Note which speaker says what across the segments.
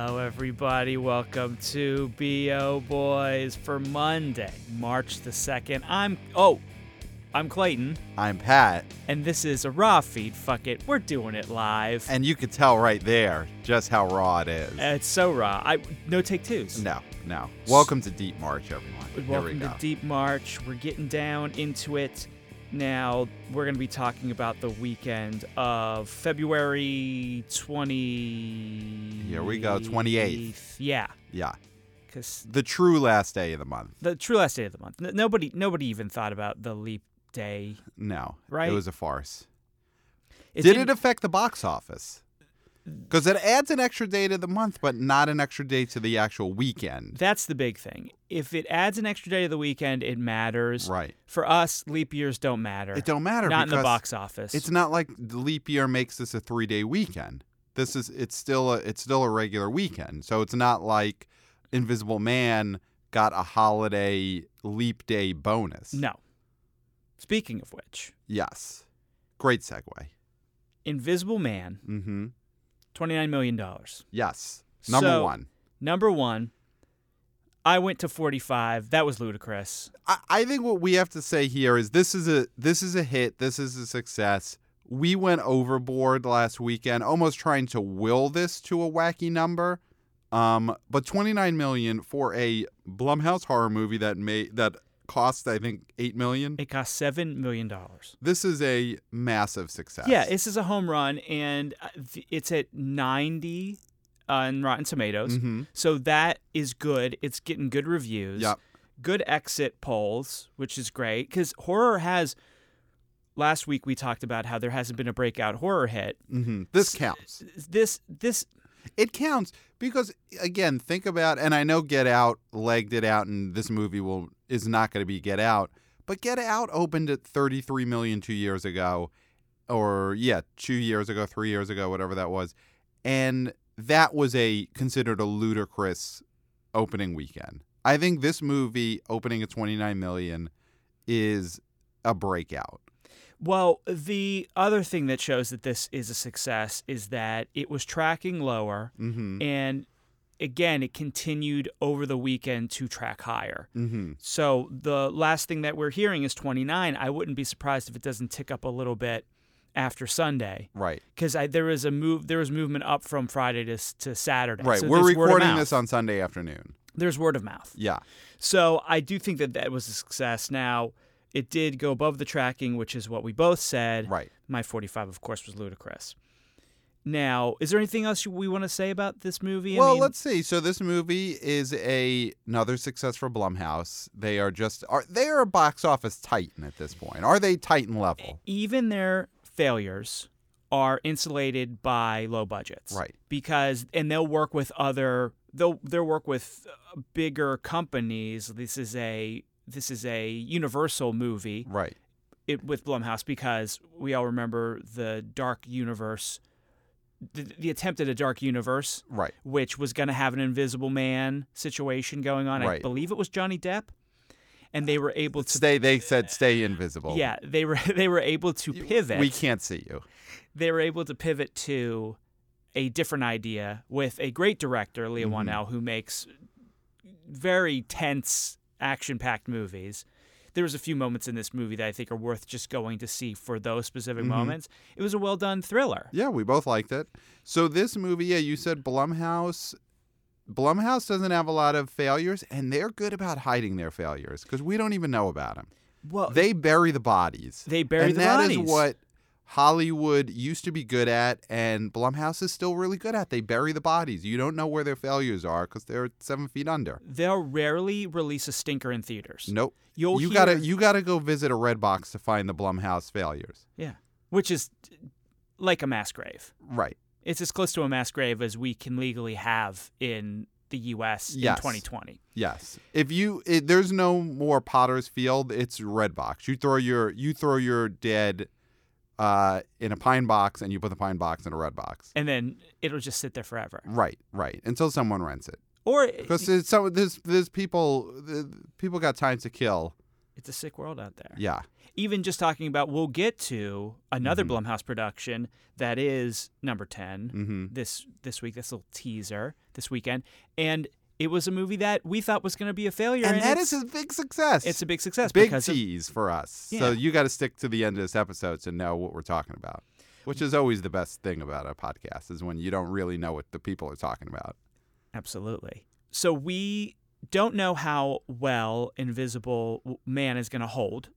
Speaker 1: everybody. Welcome to BO Boys for Monday, March the 2nd. I'm, oh, I'm Clayton,
Speaker 2: I'm Pat,
Speaker 1: and this is a raw feed. Fuck it. We're doing it live.
Speaker 2: and you could tell right there just how raw it is.
Speaker 1: Uh, it's so raw. I No take twos.
Speaker 2: no, no. Welcome to Deep March, everyone. Here we
Speaker 1: Welcome
Speaker 2: go.
Speaker 1: to Deep March. We're getting down into it. Now, we're going to be talking about the weekend of February 20.
Speaker 2: Here we go, 28th.
Speaker 1: Yeah.
Speaker 2: yeah,
Speaker 1: Because
Speaker 2: the true last day of the month.
Speaker 1: the true last day of the month. N- nobody, nobody even thought about the leap day.
Speaker 2: No,
Speaker 1: Right.
Speaker 2: It was a farce.
Speaker 1: It
Speaker 2: Did
Speaker 1: didn't-
Speaker 2: it affect the box office? Because it adds an extra day to the month, but not an extra day to the actual weekend.
Speaker 1: that's the big thing. If it adds an extra day to the weekend, it matters.
Speaker 2: Right.
Speaker 1: For us, leap years don't matter.
Speaker 2: It don't matter.
Speaker 1: Not in the
Speaker 2: because
Speaker 1: box office.
Speaker 2: It's not like the leap year makes this a three day weekend. This is it's still a it's still a regular weekend. So it's not like Invisible Man got a holiday leap day bonus.
Speaker 1: no. Speaking of which,
Speaker 2: Yes. Great segue.
Speaker 1: Invisible Man,
Speaker 2: Mm-hmm.
Speaker 1: $29 million.
Speaker 2: Yes. Number
Speaker 1: So-
Speaker 2: one.
Speaker 1: Number one, I went to 45. That was ludicrous.
Speaker 2: I, I think what we have to say here is this is a this is a hit. This is a success. We went overboard last weekend, almost trying to will this to a wacky number. Um, but 29 million for a Blumhouse horror movie that made that cost I think 8 million.
Speaker 1: It cost $7 million.
Speaker 2: This is a massive success.
Speaker 1: Yeah, this is a home run, and uh, th- it's at 90 on Rotten Tomatoes.
Speaker 2: Mhm.
Speaker 1: So that is good. It's getting good reviews.
Speaker 2: Yep.
Speaker 1: Good exit polls, which is great because horror has. Last week we talked about how there hasn't been a breakout horror hit.
Speaker 2: Mhm. This counts.
Speaker 1: This this
Speaker 2: It counts because again, think about and I know Get Out legged it out and this movie will is not going to be Get Out, but Get Out opened at 33 million 2 years ago or yeah, 2 years ago, 3 years ago, whatever that was. And that was a considered a ludicrous opening weekend. I think this movie opening at 29 million is a breakout.
Speaker 1: well, the other thing that shows that this is a success is that it was tracking lower,
Speaker 2: Mhm.
Speaker 1: and again it continued over the weekend to track higher.
Speaker 2: Mhm.
Speaker 1: So the last thing that we're hearing is 29. I wouldn't be surprised if it doesn't tick up a little bit after Sunday
Speaker 2: Right.
Speaker 1: because there was a move. There was movement up from Friday to, s- to Saturday.
Speaker 2: Right.
Speaker 1: So
Speaker 2: We're
Speaker 1: there's word of
Speaker 2: recording
Speaker 1: mouth.
Speaker 2: this on Sunday afternoon.
Speaker 1: There's word of mouth.
Speaker 2: Yeah.
Speaker 1: So I do think that that was a success. Now it did go above the tracking, which is what we both said.
Speaker 2: Right.
Speaker 1: My 45, of course, was ludicrous. Now, is there anything else you- we want to say about this movie? I
Speaker 2: Well,
Speaker 1: mean,
Speaker 2: let's see. So this movie is a another success for Blumhouse. They are just are they are a box office titan at this point. Are they titan level?
Speaker 1: even their failures are insulated by low budgets.
Speaker 2: Right.
Speaker 1: Because and they'll work with other they'll they'll work with uh, bigger companies. This is a this is a universal movie
Speaker 2: Right.
Speaker 1: it, with Blumhouse because we all remember the Dark Universe the, the attempt at a Dark Universe
Speaker 2: Right.
Speaker 1: which was going to have an Invisible Man situation going on. I
Speaker 2: Right.
Speaker 1: believe it was Johnny Depp and they were able to
Speaker 2: Stay they said stay invisible.
Speaker 1: yeah, they were they were able to pivot
Speaker 2: We can't see you.
Speaker 1: they were able to pivot to a different idea with a great director, Lea
Speaker 2: Mhm.
Speaker 1: Whannell, who makes very tense, action-packed movies. There was a few moments in this movie that I think are worth just going to see for those specific
Speaker 2: Mhm.
Speaker 1: moments. It was a well-done thriller.
Speaker 2: Yeah, we both liked it. So this movie, yeah, you said Blumhouse Blumhouse doesn't have a lot of failures and they're good about hiding their failures cuz we don't even know about them.
Speaker 1: Well, they,
Speaker 2: They bury the bodies.
Speaker 1: bury
Speaker 2: and
Speaker 1: the
Speaker 2: that is
Speaker 1: bodies.
Speaker 2: what Hollywood used to be good at, and Blumhouse is still really good at. They bury the bodies. You don't know where their failures are because they're seven feet under.
Speaker 1: They'll rarely release a stinker in theaters.
Speaker 2: Nope.
Speaker 1: You'll
Speaker 2: you
Speaker 1: hear-
Speaker 2: gotta you gotta go visit a red box to find the Blumhouse failures.
Speaker 1: yeah, which is like a mass grave.
Speaker 2: Right.
Speaker 1: It's as close to a mass grave as we can legally have in the U.S.
Speaker 2: Yes.
Speaker 1: in 2020.
Speaker 2: Yes. If you it, there's no more Potter's Field, it's red box. You throw your you throw your dead uh, in a pine box, and you put the pine box in a red box.
Speaker 1: and then it'll just sit there forever.
Speaker 2: Right. Right. Until someone rents it.
Speaker 1: Or
Speaker 2: Mm. Because
Speaker 1: it's
Speaker 2: there's so there's there's people the, people got time to kill.
Speaker 1: a sick world out there.
Speaker 2: Yeah.
Speaker 1: even just talking about, we'll get to another
Speaker 2: Mhm.
Speaker 1: Blumhouse production that is number 10
Speaker 2: Mm-hmm.
Speaker 1: this this week, this little teaser this weekend. And it was a movie that we thought was going to be a failure.
Speaker 2: And that
Speaker 1: it's,
Speaker 2: is a big success.
Speaker 1: it's a big success
Speaker 2: big
Speaker 1: because of-
Speaker 2: tease for us.
Speaker 1: Yeah.
Speaker 2: So you got to stick to the end of this episode to know what we're talking about, which is always the best thing about a podcast is when you don't really know what the people are talking about.
Speaker 1: Absolutely. So we don't know how well Invisible Man is going to hold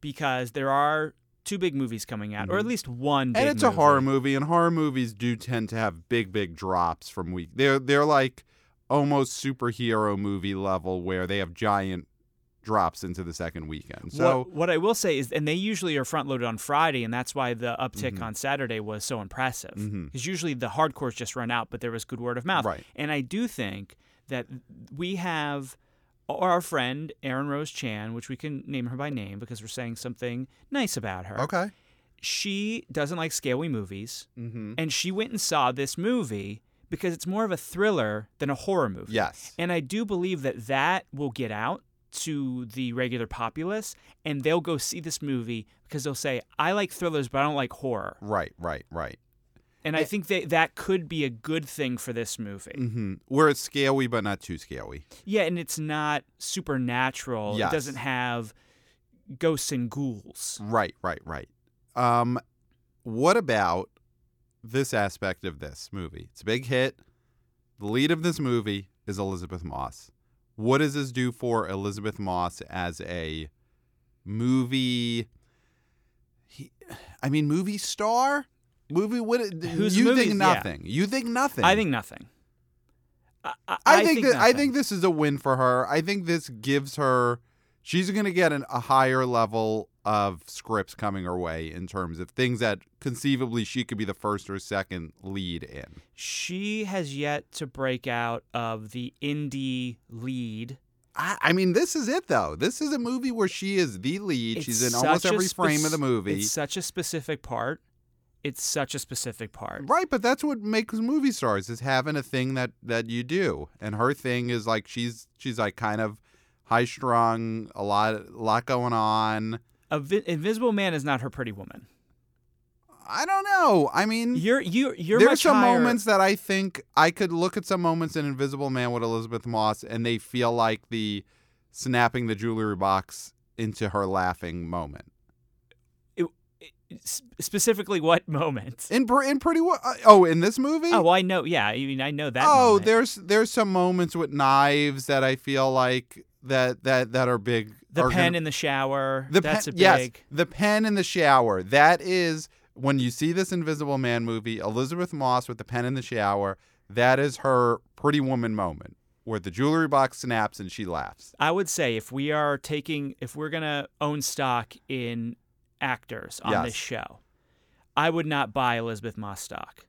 Speaker 1: because there are two big movies coming out, or at
Speaker 2: Mhm.
Speaker 1: least one.
Speaker 2: and
Speaker 1: big
Speaker 2: it's a horror
Speaker 1: movie.
Speaker 2: movie, and horror movies do tend to have big, big drops from week. They're they're like almost superhero movie level where they have giant drops into the second weekend. So
Speaker 1: what, what I will say is, and they usually are front loaded on Friday, and that's why the uptick
Speaker 2: Mhm.
Speaker 1: on Saturday was so impressive. Because
Speaker 2: Mhm.
Speaker 1: usually the hardcores just run out, but there was good word of mouth.
Speaker 2: Right.
Speaker 1: And I do think that we have our friend Erin Rose Chan, which we can name her by name because we're saying something nice about her.
Speaker 2: okay,
Speaker 1: She doesn't like scaly movies,
Speaker 2: mm-hmm.
Speaker 1: and she went and saw this movie because it's more of a thriller than a horror movie.
Speaker 2: yes,
Speaker 1: And I do believe that that will get out to the regular populace and they'll go see this movie because they'll say, I like thrillers, but I don't like horror.
Speaker 2: right, right, right.
Speaker 1: And I think that that could be a good thing for this movie.
Speaker 2: Mm-hmm. Where it's scaly but not too scaly.
Speaker 1: Yeah, and it's not supernatural.
Speaker 2: Yes.
Speaker 1: It doesn't have ghosts and ghouls.
Speaker 2: Right, right, right. Um, what about this aspect of this movie? It's a big hit. The lead of this movie is Elizabeth Moss. What does this do for Elizabeth Moss as a movie? He, I mean, movie star. Movie. What?
Speaker 1: Whose
Speaker 2: you
Speaker 1: movies-
Speaker 2: think
Speaker 1: yeah.
Speaker 2: nothing. You think nothing.
Speaker 1: I think nothing. I, I,
Speaker 2: Mm. I think, that I
Speaker 1: nothing.
Speaker 2: think this is a win for her. I think this gives her she's going to get an, a higher level of scripts coming her way in terms of things that conceivably she could be the first or second lead in.
Speaker 1: she has yet to break out of the indie lead
Speaker 2: I, I mean, this is it though. This is a movie where she is the lead.
Speaker 1: It's
Speaker 2: she's in
Speaker 1: such
Speaker 2: almost
Speaker 1: a
Speaker 2: every frame of
Speaker 1: spec-
Speaker 2: the movie.
Speaker 1: It's such a specific part. It's such a specific part.
Speaker 2: Right, but that's what makes movie stars is having a thing that that you do. And her thing is like she's she's like kind of high strung, a lot a lot going on.
Speaker 1: A vi- Invisible Man is not her pretty woman.
Speaker 2: I don't know. I mean,
Speaker 1: You're you you're
Speaker 2: There's
Speaker 1: much
Speaker 2: some
Speaker 1: higher-
Speaker 2: moments that I think I could look at some moments in Invisible Man with Elizabeth Moss, and they feel like the snapping the jewelry box into her laughing moment.
Speaker 1: s- specifically what moment?
Speaker 2: In Pr- in pretty Wo- uh, oh in this movie
Speaker 1: Oh, I know. Yeah, I mean I know that.
Speaker 2: oh
Speaker 1: moment.
Speaker 2: there's there's some moments with knives that I feel like that that that are big.
Speaker 1: the
Speaker 2: are
Speaker 1: pen
Speaker 2: gonna-
Speaker 1: in the shower.
Speaker 2: the
Speaker 1: that's
Speaker 2: pen,
Speaker 1: a
Speaker 2: yes
Speaker 1: big.
Speaker 2: the pen in the shower that is when you see this Invisible Man movie Elizabeth Moss with the pen in the shower that is her Pretty Woman moment where the jewelry box snaps and she laughs.
Speaker 1: I would say if we are taking, if we're gonna own stock in actors on
Speaker 2: Yes.
Speaker 1: this show, I would not buy Elizabeth Moss stock.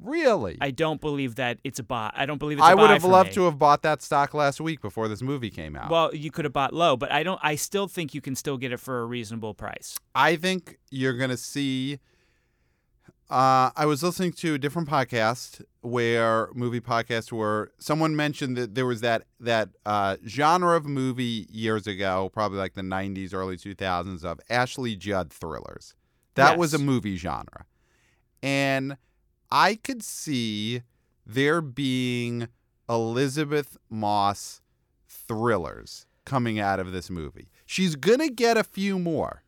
Speaker 2: Really?
Speaker 1: I don't believe that it's a buy. I don't believe it's a
Speaker 2: I would
Speaker 1: buy
Speaker 2: have
Speaker 1: for
Speaker 2: loved
Speaker 1: me.
Speaker 2: to have bought that stock last week before this movie came out.
Speaker 1: Well, you could have bought low, but I don't. I still think you can still get it for a reasonable price.
Speaker 2: I think you're going to see. Uh, I was listening to a different podcast where movie podcasts where someone mentioned that there was that that uh, genre of movie years ago, probably like the '90s, early 2000s, of Ashley Judd thrillers. That was a
Speaker 1: Yes.
Speaker 2: movie genre, and I could see there being Elizabeth Moss thrillers coming out of this movie. She's gonna get a few more.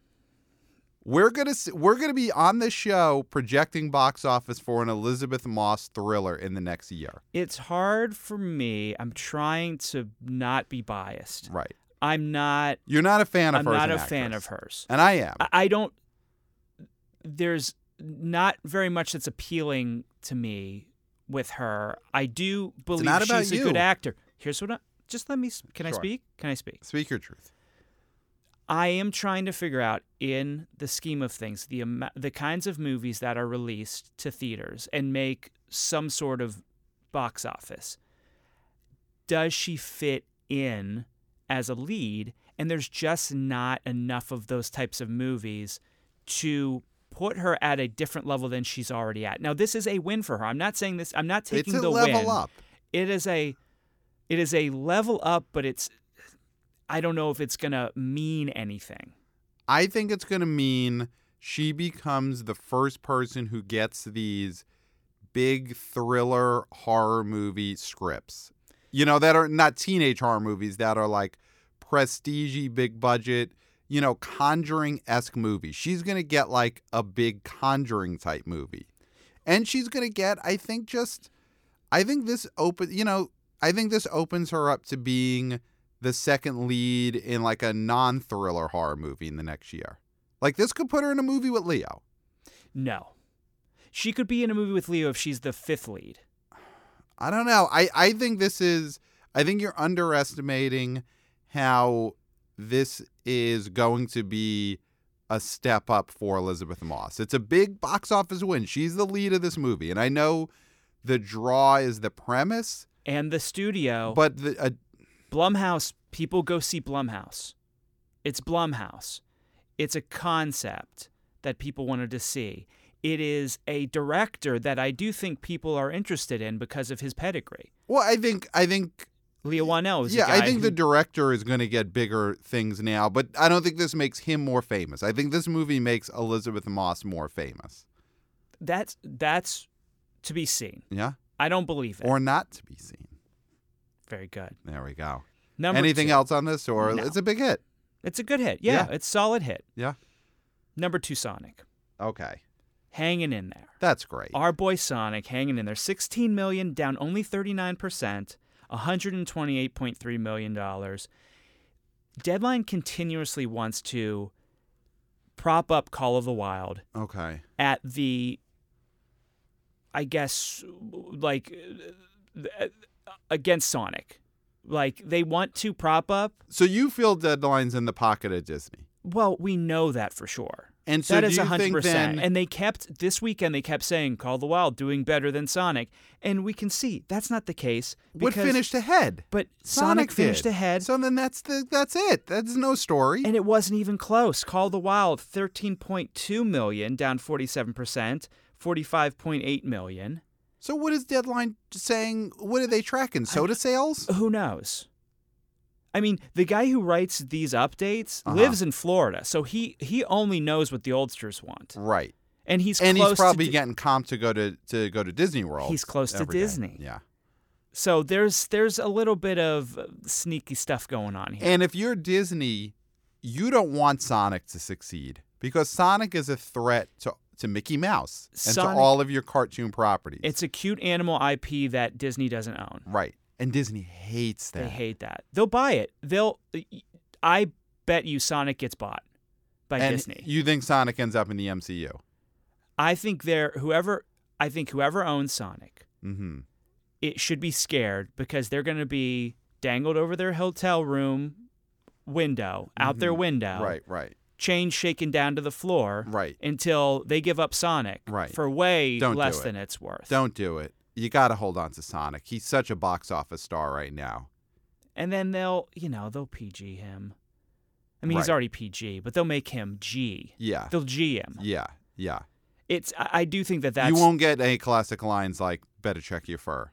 Speaker 2: We're gonna s- we're gonna be on the show projecting box office for an Elizabeth Moss thriller in the next year.
Speaker 1: It's hard for me. I'm trying to not be biased.
Speaker 2: Right.
Speaker 1: I'm not.
Speaker 2: You're not a fan of
Speaker 1: I'm
Speaker 2: her. as
Speaker 1: not
Speaker 2: an
Speaker 1: a fan
Speaker 2: actress.
Speaker 1: of hers.
Speaker 2: And I am.
Speaker 1: I, I don't. There's not very much that's appealing to me with her. I do believe
Speaker 2: not about
Speaker 1: she's a good
Speaker 2: you.
Speaker 1: actor. Here's what I just let me. s- Can I
Speaker 2: Sure.
Speaker 1: speak? Can I speak?
Speaker 2: Speak your truth.
Speaker 1: I am trying to figure out in the scheme of things the amo- the kinds of movies that are released to theaters and make some sort of box office. Does she fit in as a lead? And there's just not enough of those types of movies to put her at a different level than she's already at. Now this is a win for her. I'm not saying this. I'm not taking
Speaker 2: it's a
Speaker 1: the
Speaker 2: level
Speaker 1: win
Speaker 2: up.
Speaker 1: it is a it is a level up but it's i don't know if it's going to mean anything
Speaker 2: I think it's going to mean she becomes the first person who gets these big thriller horror movie scripts. You know, that are not teenage horror movies, that are like prestige big budget, you know, conjuring esque movies. She's going to get like a big conjuring type movie. And she's going to get, I think, just, I think this open, you know, I think this opens her up to being the second lead in like a non thriller horror movie in the next year. Like this could put her in a movie with Leo.
Speaker 1: No. She could be in a movie with Leo if she's the fifth lead.
Speaker 2: I don't know. I, I think this is I think you're underestimating how this is going to be a step up for Elizabeth Moss. It's a big box office win. She's the lead of this movie. And I know the draw is the premise,
Speaker 1: And the studio,
Speaker 2: but the uh,
Speaker 1: Blumhouse, people go see Blumhouse. It's Blumhouse. It's a concept that people wanted to see. It is a director that I do think people are interested in because of his pedigree.
Speaker 2: well, I think I think
Speaker 1: Leo Wano Oh, is a
Speaker 2: yeah, I
Speaker 1: guy
Speaker 2: think the
Speaker 1: who-
Speaker 2: director is going to get bigger things now, but I don't think this makes him more famous. I think this movie makes Elizabeth Moss more famous.
Speaker 1: that's that's to be seen.
Speaker 2: Yeah,
Speaker 1: I don't believe it.
Speaker 2: or not to be seen.
Speaker 1: Very good.
Speaker 2: There we go.
Speaker 1: Number
Speaker 2: Anything
Speaker 1: two.
Speaker 2: else on this, or
Speaker 1: No.
Speaker 2: it's a big hit?
Speaker 1: It's a good hit.
Speaker 2: Yeah.
Speaker 1: Yeah, it's solid hit.
Speaker 2: Yeah.
Speaker 1: Number two, Sonic,
Speaker 2: Okay,
Speaker 1: hanging in there.
Speaker 2: that's great.
Speaker 1: Our boy Sonic hanging in there. 16 million down only 39%, 128.3 million dollars. Deadline continuously wants to prop up Call of the Wild
Speaker 2: okay,
Speaker 1: at the I guess like uh, against Sonic. Like they want to prop up.
Speaker 2: so you feel deadlines in the pocket of Disney,
Speaker 1: Well, we know that for sure.
Speaker 2: and so
Speaker 1: that
Speaker 2: do
Speaker 1: is
Speaker 2: you
Speaker 1: hundred
Speaker 2: think
Speaker 1: percent.
Speaker 2: then?
Speaker 1: And they kept this weekend. They kept saying Call of the Wild doing better than Sonic, and we can see that's not the case.
Speaker 2: what
Speaker 1: because-
Speaker 2: finished ahead?
Speaker 1: But Sonic,
Speaker 2: did.
Speaker 1: finished ahead,
Speaker 2: So then that's the that's it. That's no story.
Speaker 1: and it wasn't even close. Call of the Wild thirteen point two million, down forty seven percent, forty five point eight million.
Speaker 2: so what is deadline saying? What are they tracking? Soda sales?
Speaker 1: Who knows? I mean, the guy who writes these updates
Speaker 2: Uh-huh.
Speaker 1: lives in Florida, so he he only knows what the oldsters want,
Speaker 2: Right.
Speaker 1: and he's
Speaker 2: and
Speaker 1: close
Speaker 2: he's probably
Speaker 1: to Di-
Speaker 2: getting comp to go to to go to Disney World.
Speaker 1: He's close to
Speaker 2: every day.
Speaker 1: Disney.
Speaker 2: Yeah.
Speaker 1: So there's there's a little bit of uh, sneaky stuff going on here.
Speaker 2: And if you're Disney, you don't want Sonic to succeed because Sonic is a threat to to Mickey Mouse and
Speaker 1: Sonic-
Speaker 2: to all of your cartoon properties.
Speaker 1: It's a cute animal IP that Disney doesn't own.
Speaker 2: right. And Disney hates that.
Speaker 1: They hate that. They'll buy it. They'll. I bet you Sonic gets bought by
Speaker 2: and
Speaker 1: Disney.
Speaker 2: You think Sonic ends up in the MCU?
Speaker 1: I think they're whoever. I think whoever owns Sonic,
Speaker 2: Mm-hmm.
Speaker 1: it should be scared because they're going to be dangled over their hotel room window, out their window,
Speaker 2: Mm-hmm. Right. Right.
Speaker 1: chains shaken down to the floor,
Speaker 2: Right.
Speaker 1: until they give up Sonic
Speaker 2: Right.
Speaker 1: for way
Speaker 2: Don't do
Speaker 1: less
Speaker 2: it.
Speaker 1: than it's worth.
Speaker 2: Don't do it. You got to hold on to Sonic. He's such a box office star right now.
Speaker 1: and then they'll you know they'll PG him. I mean, he's
Speaker 2: Right.
Speaker 1: already PG, but they'll make him G.
Speaker 2: Yeah.
Speaker 1: They'll G him.
Speaker 2: Yeah. Yeah.
Speaker 1: It's I, I do think that that's
Speaker 2: you won't get any classic lines like "Better check your fur."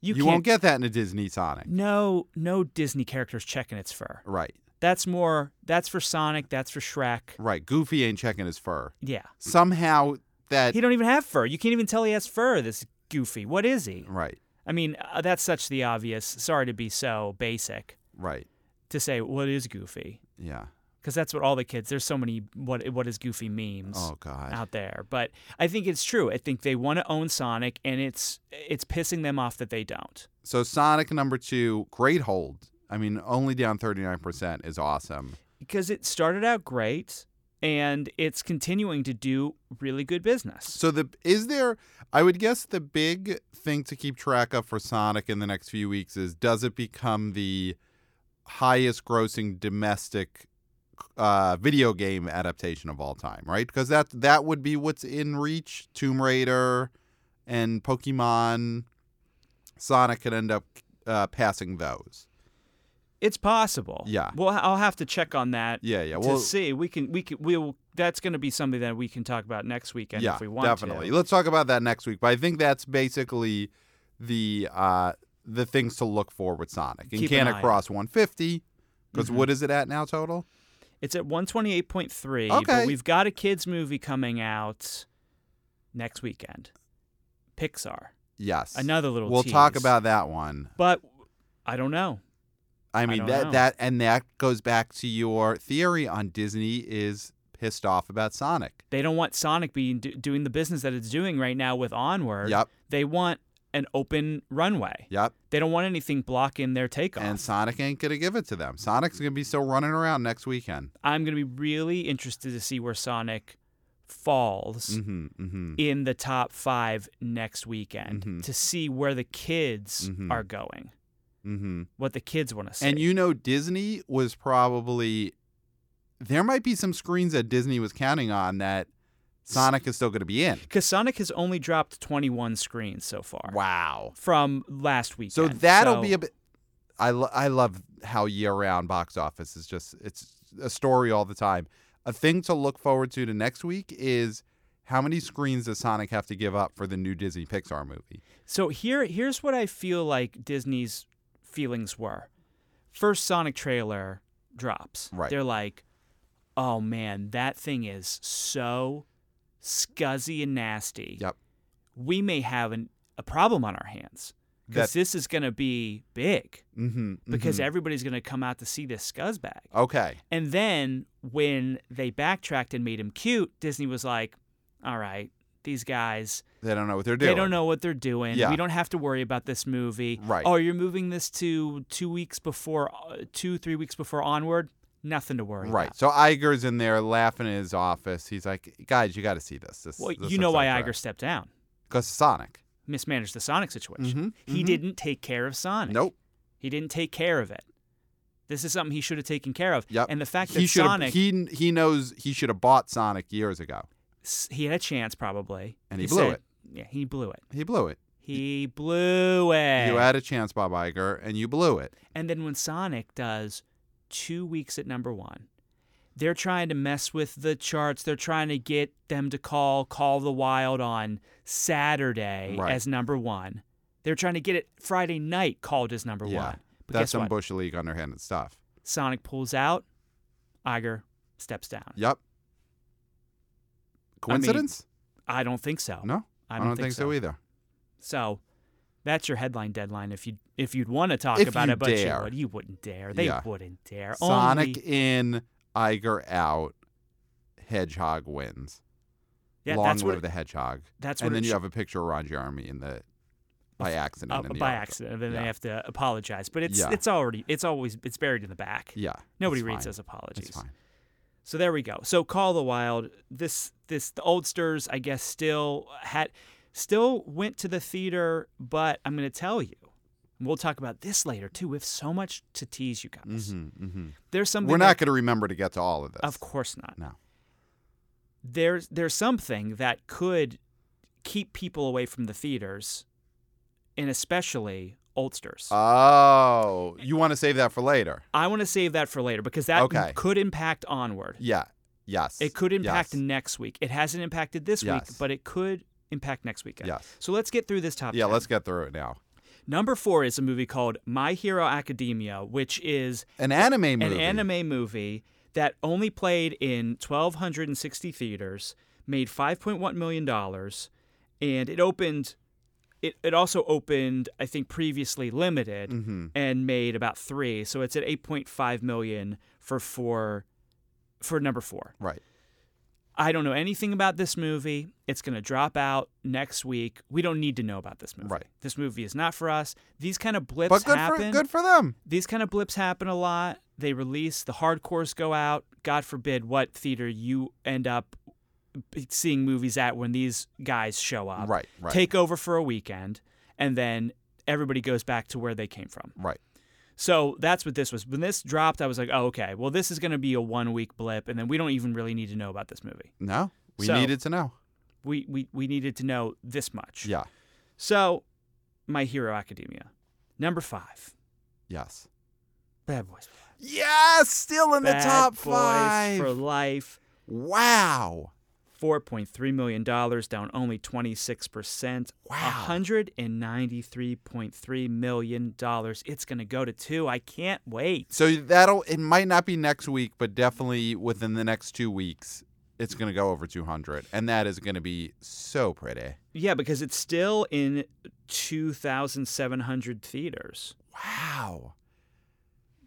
Speaker 1: you, can't,
Speaker 2: won't get that in a Disney Sonic.
Speaker 1: no no Disney characters checking its fur.
Speaker 2: Right,
Speaker 1: That's more that's for Sonic. That's for Shrek.
Speaker 2: right. Goofy ain't checking his fur.
Speaker 1: Yeah,
Speaker 2: Somehow that
Speaker 1: he don't even have fur. You can't even tell he has fur. This Goofy, what is he?
Speaker 2: right,
Speaker 1: I mean, uh, that's such the obvious. Sorry to be so basic
Speaker 2: right,
Speaker 1: to say what is Goofy
Speaker 2: yeah.
Speaker 1: because that's what all the kids. There's so many what what is Goofy memes.
Speaker 2: Oh God,
Speaker 1: out there. But I think it's true. I think they want to own Sonic, and it's it's pissing them off that they don't.
Speaker 2: so Sonic number two, great hold. I mean, only down thirty nine percent is awesome.
Speaker 1: Because it started out great, and it's continuing to do really good business.
Speaker 2: So the is there? I would guess the big thing to keep track of for Sonic in the next few weeks is does it become the highest grossing domestic uh, video game adaptation of all time, right? Because that that would be what's in reach. Tomb Raider and Pokemon, Sonic could end up uh, passing those.
Speaker 1: It's possible.
Speaker 2: Yeah.
Speaker 1: Well, I'll have to check on that.
Speaker 2: Yeah, yeah.
Speaker 1: To
Speaker 2: Well,
Speaker 1: see, we can we can we'll that's going to be something that we can talk about next weekend
Speaker 2: yeah,
Speaker 1: if we want
Speaker 2: definitely.
Speaker 1: to.
Speaker 2: Let's talk about that next week. But I think that's basically the uh, the things to look for with Sonic. And
Speaker 1: Keep an
Speaker 2: can
Speaker 1: eye
Speaker 2: it
Speaker 1: out.
Speaker 2: cross 150? Because
Speaker 1: Mhm.
Speaker 2: is it at now total?
Speaker 1: It's at 128.3.
Speaker 2: Okay.
Speaker 1: But we've got a kids movie coming out next weekend. Pixar.
Speaker 2: Yes.
Speaker 1: Another little
Speaker 2: We'll talk
Speaker 1: tease.
Speaker 2: about that one.
Speaker 1: But I don't know.
Speaker 2: I mean
Speaker 1: don't
Speaker 2: that
Speaker 1: know.
Speaker 2: that and that goes back to your theory on Disney is pissed off about Sonic.
Speaker 1: They don't want Sonic being do, doing the business that it's doing right now with Onward.
Speaker 2: Yep.
Speaker 1: They want an open runway.
Speaker 2: Yep.
Speaker 1: They don't want anything blocking their takeoff.
Speaker 2: And Sonic ain't gonna give it to them. Sonic's gonna be still running around next weekend.
Speaker 1: I'm going to be really interested to see where Sonic falls
Speaker 2: Mm-hmm. Mm-hmm.
Speaker 1: in the top five next weekend
Speaker 2: Mhm.
Speaker 1: to see where the kids
Speaker 2: Mhm.
Speaker 1: are going,
Speaker 2: Mm-hmm.
Speaker 1: what the kids want to see.
Speaker 2: And you know, Disney was probably there might be some screens that Disney was counting on that Sonic is still going to be in.
Speaker 1: Because Sonic has only dropped 21 screens so far
Speaker 2: Wow.
Speaker 1: from last weekend.
Speaker 2: So that'll
Speaker 1: So
Speaker 2: be a bit. I, lo- I love how year round box office is just, it's a story all the time. A thing to look forward to to next week is how many screens does Sonic have to give up for the new Disney Pixar movie?
Speaker 1: So here, here's what I feel like Disney's feelings were. First Sonic trailer drops.
Speaker 2: Right.
Speaker 1: They're like, oh man, that thing is so scuzzy and nasty.
Speaker 2: Yep.
Speaker 1: We may have an, a problem on our hands because this is going to be big
Speaker 2: Mm-hmm, Oh.
Speaker 1: because everybody's going to come out to see this scuzz bag.
Speaker 2: okay.
Speaker 1: And then when they backtracked and made him cute, Disney was like, all right, these guys,
Speaker 2: They don't know what they're doing.
Speaker 1: they don't know what they're doing.
Speaker 2: Yeah.
Speaker 1: We don't have to worry about this movie.
Speaker 2: Right.
Speaker 1: Oh, you're moving this to two weeks before, uh, two, three weeks before onward? Nothing to worry
Speaker 2: Right.
Speaker 1: about.
Speaker 2: So Iger's in there laughing in his office. He's like, guys, you got to see this. This
Speaker 1: Well, you know why Iger stepped down.
Speaker 2: Because Sonic.
Speaker 1: Mismanaged the Sonic situation.
Speaker 2: Mhm,
Speaker 1: He
Speaker 2: mhm.
Speaker 1: didn't take care of Sonic.
Speaker 2: Nope.
Speaker 1: He didn't take care of it. This is something he should have taken care of.
Speaker 2: Yep.
Speaker 1: And the fact that
Speaker 2: He should.
Speaker 1: Sonic,
Speaker 2: He he knows he should have bought Sonic years ago.
Speaker 1: s- he had a chance probably.
Speaker 2: And he blew
Speaker 1: said-
Speaker 2: it.
Speaker 1: Yeah, he blew it.
Speaker 2: He blew it.
Speaker 1: He blew it.
Speaker 2: You had a chance, Bob Iger, and you blew it.
Speaker 1: and then when Sonic does two weeks at number one, they're trying to mess with the charts. They're trying to get them to call Call of the Wild on Saturday
Speaker 2: Right.
Speaker 1: as number one. They're trying to get it Friday night called as number
Speaker 2: Yeah.
Speaker 1: one. But
Speaker 2: That's
Speaker 1: guess
Speaker 2: some
Speaker 1: what?
Speaker 2: bush league underhanded stuff.
Speaker 1: Sonic pulls out. Iger steps down.
Speaker 2: Yep. Coincidence?
Speaker 1: I don't think so.
Speaker 2: no,
Speaker 1: I don't,
Speaker 2: think, so either.
Speaker 1: So that's your headline deadline. If you if you'd want to talk
Speaker 2: If
Speaker 1: about
Speaker 2: you
Speaker 1: it, but you,
Speaker 2: dare.
Speaker 1: would, you wouldn't dare. They
Speaker 2: Yeah.
Speaker 1: wouldn't dare.
Speaker 2: Sonic
Speaker 1: Only,
Speaker 2: in, Iger out, Hedgehog wins.
Speaker 1: yeah,
Speaker 2: Long
Speaker 1: that's
Speaker 2: live
Speaker 1: what,
Speaker 2: the Hedgehog.
Speaker 1: that's what it
Speaker 2: and then
Speaker 1: should-
Speaker 2: you have a picture of Ron Jeremy in the by accident.
Speaker 1: Uh,
Speaker 2: in the
Speaker 1: by
Speaker 2: article.
Speaker 1: accident, and then
Speaker 2: Yeah.
Speaker 1: they have to apologize. But it's
Speaker 2: Yeah.
Speaker 1: it's already it's always it's buried in the back.
Speaker 2: Yeah.
Speaker 1: Nobody
Speaker 2: it's
Speaker 1: reads
Speaker 2: fine.
Speaker 1: those apologies.
Speaker 2: It's fine.
Speaker 1: So there we go. So Call the Wild. This this the oldsters, I guess, still had still went to the theater, but I'm going to tell you, and we'll talk about this later too. We have so much to tease you guys.
Speaker 2: Mm-hmm, mm-hmm.
Speaker 1: There's something
Speaker 2: We're
Speaker 1: that-
Speaker 2: not going to remember to get to all of this.
Speaker 1: of course not.
Speaker 2: No.
Speaker 1: There's there's something that could keep people away from the theaters, and especially oldsters.
Speaker 2: Oh, you want to save that for later?
Speaker 1: I want to save that for later because that
Speaker 2: Okay.
Speaker 1: could impact onward.
Speaker 2: Yeah. Yes.
Speaker 1: It could impact
Speaker 2: Yes.
Speaker 1: next week. It hasn't impacted this
Speaker 2: Yes.
Speaker 1: week, but it could impact next weekend.
Speaker 2: Yes.
Speaker 1: So let's get through this top.
Speaker 2: Yeah.
Speaker 1: 10.
Speaker 2: Let's get through it now.
Speaker 1: Number four is a movie called My Hero Academia, which is
Speaker 2: An anime movie.
Speaker 1: an anime movie that only played in 1,260 theaters, made 5.1 million dollars, and it opened. It, it also opened, I think, previously limited
Speaker 2: Mm-hmm.
Speaker 1: and made about three. So it's at 8.5 million for four, for number four.
Speaker 2: Right.
Speaker 1: I don't know anything about this movie. It's going to drop out next week. We don't need to know about this movie.
Speaker 2: Right.
Speaker 1: This movie is not for us. These kind of blips
Speaker 2: But good
Speaker 1: happen.
Speaker 2: for good for them.
Speaker 1: These kind of blips happen a lot. They release, the hardcores go out. God forbid what theater you end up seeing movies at when these guys show up.
Speaker 2: Right. Right.
Speaker 1: Uh, Take over for a weekend, and then everybody goes back to where they came from.
Speaker 2: right.
Speaker 1: So that's what this was. When this dropped, I was like, oh, okay, well, this is going to be a one week blip, and then we don't even really need to know about this movie.
Speaker 2: No, we
Speaker 1: So-
Speaker 2: needed to know.
Speaker 1: We, we, we needed to know this much.
Speaker 2: Yeah.
Speaker 1: So, My Hero Academia. Number five,
Speaker 2: Yes.
Speaker 1: Bad Boys. for Life.
Speaker 2: Yes. Still in
Speaker 1: Bad
Speaker 2: the top
Speaker 1: Boys
Speaker 2: five.
Speaker 1: for Life.
Speaker 2: Wow.
Speaker 1: $4.3 million, down only 26%.
Speaker 2: Wow.
Speaker 1: $193.3 million. It's going to go to two. I can't wait.
Speaker 2: So that'll it might not be next week, but definitely within the next two weeks, it's gonna go over two hundred, and that is gonna be so pretty.
Speaker 1: Yeah, because it's still in 2,700 theaters.
Speaker 2: Wow,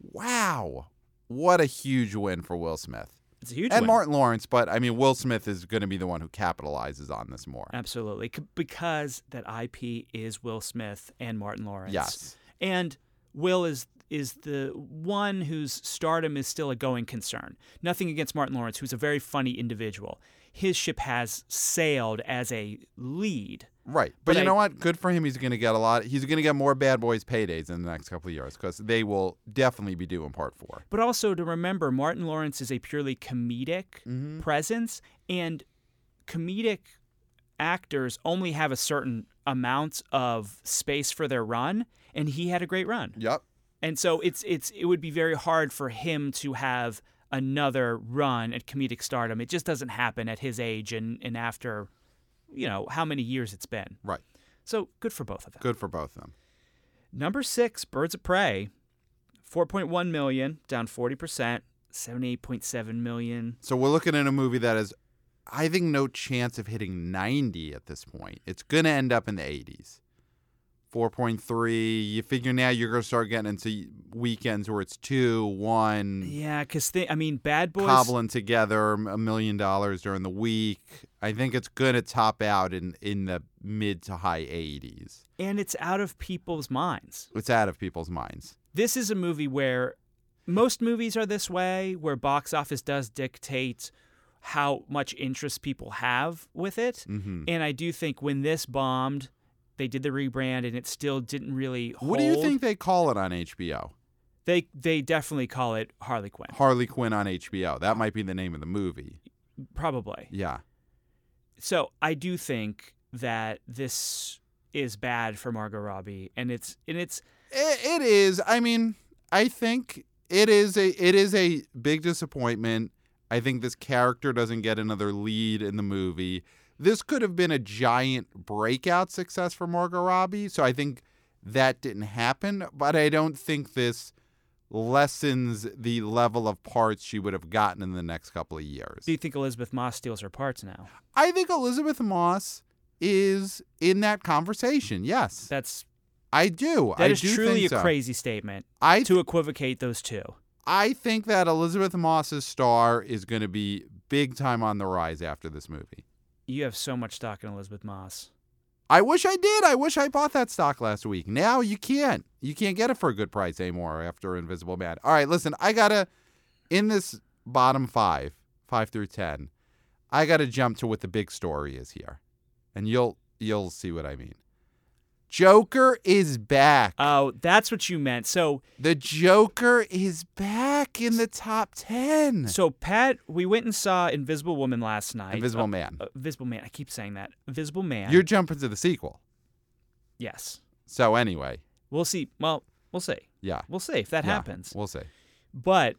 Speaker 2: wow, what a huge win for Will Smith
Speaker 1: It's a huge
Speaker 2: and
Speaker 1: win.
Speaker 2: Martin Lawrence. But I mean, Will Smith is gonna be the one who capitalizes on this more.
Speaker 1: Absolutely. C- Because that IP is Will Smith and Martin Lawrence.
Speaker 2: Yes,
Speaker 1: And Will is is the one whose stardom is still a going concern. Nothing against Martin Lawrence, who's a very funny individual. His ship has sailed as a lead.
Speaker 2: right. But,
Speaker 1: But
Speaker 2: you
Speaker 1: I-
Speaker 2: know what? Good for him. He's gonna get a lot. He's gonna get more Bad Boys paydays in the next couple of years because they will definitely be due in part four.
Speaker 1: But also to remember, Martin Lawrence is a purely comedic
Speaker 2: Mhm.
Speaker 1: presence, and comedic actors only have a certain amount of space for their run, and he had a great run.
Speaker 2: Yep.
Speaker 1: And so it's it's it would be very hard for him to have another run at comedic stardom. It just doesn't happen at his age and, and after you know how many years it's been.
Speaker 2: Right.
Speaker 1: So good for both of them.
Speaker 2: Good for both of them.
Speaker 1: Number six, Birds of Prey, four point one million, down forty percent, seventy eight point seven million.
Speaker 2: So we're looking at a movie that is, I think, no chance of hitting 90 at this point. It's going to end up in the 80s. 4.3. You figure now you're going to start getting into weekends where it's two, one,
Speaker 1: Yeah, because I mean, Bad Boys.
Speaker 2: cobbling together a million dollars during the week. I think it's going to top out in, in the mid to high 80s.
Speaker 1: and it's out of people's minds.
Speaker 2: It's out of people's minds.
Speaker 1: This is a movie where most movies are this way, where box office does dictate how much interest people have with it.
Speaker 2: hmm
Speaker 1: And I do think when this bombed, they did the rebrand and it still didn't really hold.
Speaker 2: What do you think they call it on HBO?
Speaker 1: They they definitely call it Harley Quinn,
Speaker 2: Harley Quinn on HBO. That might be the name of the movie.
Speaker 1: probably.
Speaker 2: Yeah.
Speaker 1: So I do think that this is bad for Margot Robbie, and it's and it's
Speaker 2: It, it is. I mean, I think it is a it is a big disappointment. I think this character doesn't get another lead in the movie. This could have been a giant breakout success for Margot Robbie, so I think that didn't happen. But I don't think this lessens the level of parts she would have gotten in the next couple of years.
Speaker 1: do you think Elizabeth Moss steals her parts now?
Speaker 2: I think Elizabeth Moss is in that conversation. Yes,
Speaker 1: That's
Speaker 2: I do. I
Speaker 1: that is
Speaker 2: do
Speaker 1: truly
Speaker 2: think
Speaker 1: a
Speaker 2: so.
Speaker 1: crazy statement
Speaker 2: I
Speaker 1: to equivocate those two.
Speaker 2: I think that Elizabeth Moss's star is going to be big time on the rise after this movie.
Speaker 1: You have so much stock in Elizabeth Moss.
Speaker 2: I wish I did. I wish I bought that stock last week. Now you can't. You can't get it for a good price anymore after Invisible Man. All right, listen, I got to, in this bottom five, five through 10, I got to jump to what the big story is here. And you'll, you'll see what I mean. Joker is back.
Speaker 1: Oh, that's what you meant. So
Speaker 2: the Joker is back in the top 10.
Speaker 1: so Pat, we went and saw Invisible Woman last night.
Speaker 2: Invisible
Speaker 1: Uh,
Speaker 2: Man.
Speaker 1: uh, Invisible Man. I keep saying that. Invisible Man.
Speaker 2: You're jumping to the sequel.
Speaker 1: yes.
Speaker 2: So anyway,
Speaker 1: We'll see. Well, we'll see.
Speaker 2: yeah,
Speaker 1: We'll see if that
Speaker 2: yeah,
Speaker 1: happens.
Speaker 2: We'll see.
Speaker 1: But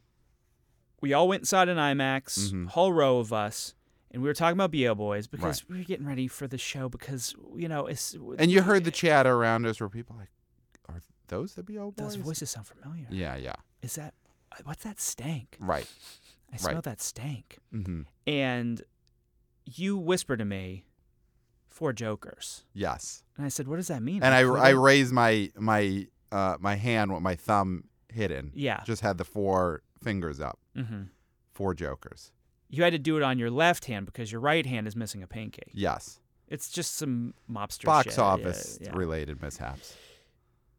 Speaker 1: we all went inside an IMAX,
Speaker 2: Mhm.
Speaker 1: whole row of us, and we were talking about BO Boys because we were getting ready for the show because you know it's
Speaker 2: And you heard the chatter around us where people like, are those the BO boys?
Speaker 1: those voices sound familiar.
Speaker 2: Yeah, yeah,
Speaker 1: Is that what's that stank?
Speaker 2: right.
Speaker 1: I smell
Speaker 2: Right.
Speaker 1: that stank.
Speaker 2: Mm-hmm.
Speaker 1: And you whisper to me, four jokers.
Speaker 2: Yes.
Speaker 1: And I said, What does that mean?
Speaker 2: And I,
Speaker 1: Four
Speaker 2: I
Speaker 1: jo-
Speaker 2: raised my my uh my hand with my thumb hidden.
Speaker 1: Yeah.
Speaker 2: Just had the four fingers up.
Speaker 1: hmm
Speaker 2: Four jokers.
Speaker 1: You had to do it on your left hand because your right hand is missing a pancake.
Speaker 2: Yes.
Speaker 1: It's just some mobster
Speaker 2: Box
Speaker 1: shit. Yeah,
Speaker 2: office
Speaker 1: yeah.
Speaker 2: related mishaps.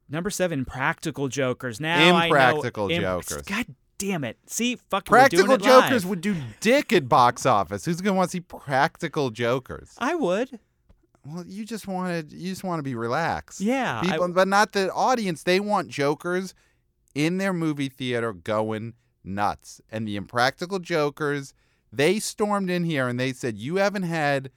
Speaker 1: Number seven, practical jokers. Now
Speaker 2: Impractical
Speaker 1: I know, Im-
Speaker 2: Jokers.
Speaker 1: God damn it! See, fuck.
Speaker 2: Practical
Speaker 1: we're doing it
Speaker 2: Jokers
Speaker 1: live.
Speaker 2: would do dick at box office. Who's gonna want to see Practical Jokers?
Speaker 1: I would.
Speaker 2: Well, you just wanted you just want to be relaxed.
Speaker 1: Yeah. I-
Speaker 2: people, but not the audience. They want jokers in their movie theater going nuts. And the impractical jokers, they stormed in here and they said, "You haven't had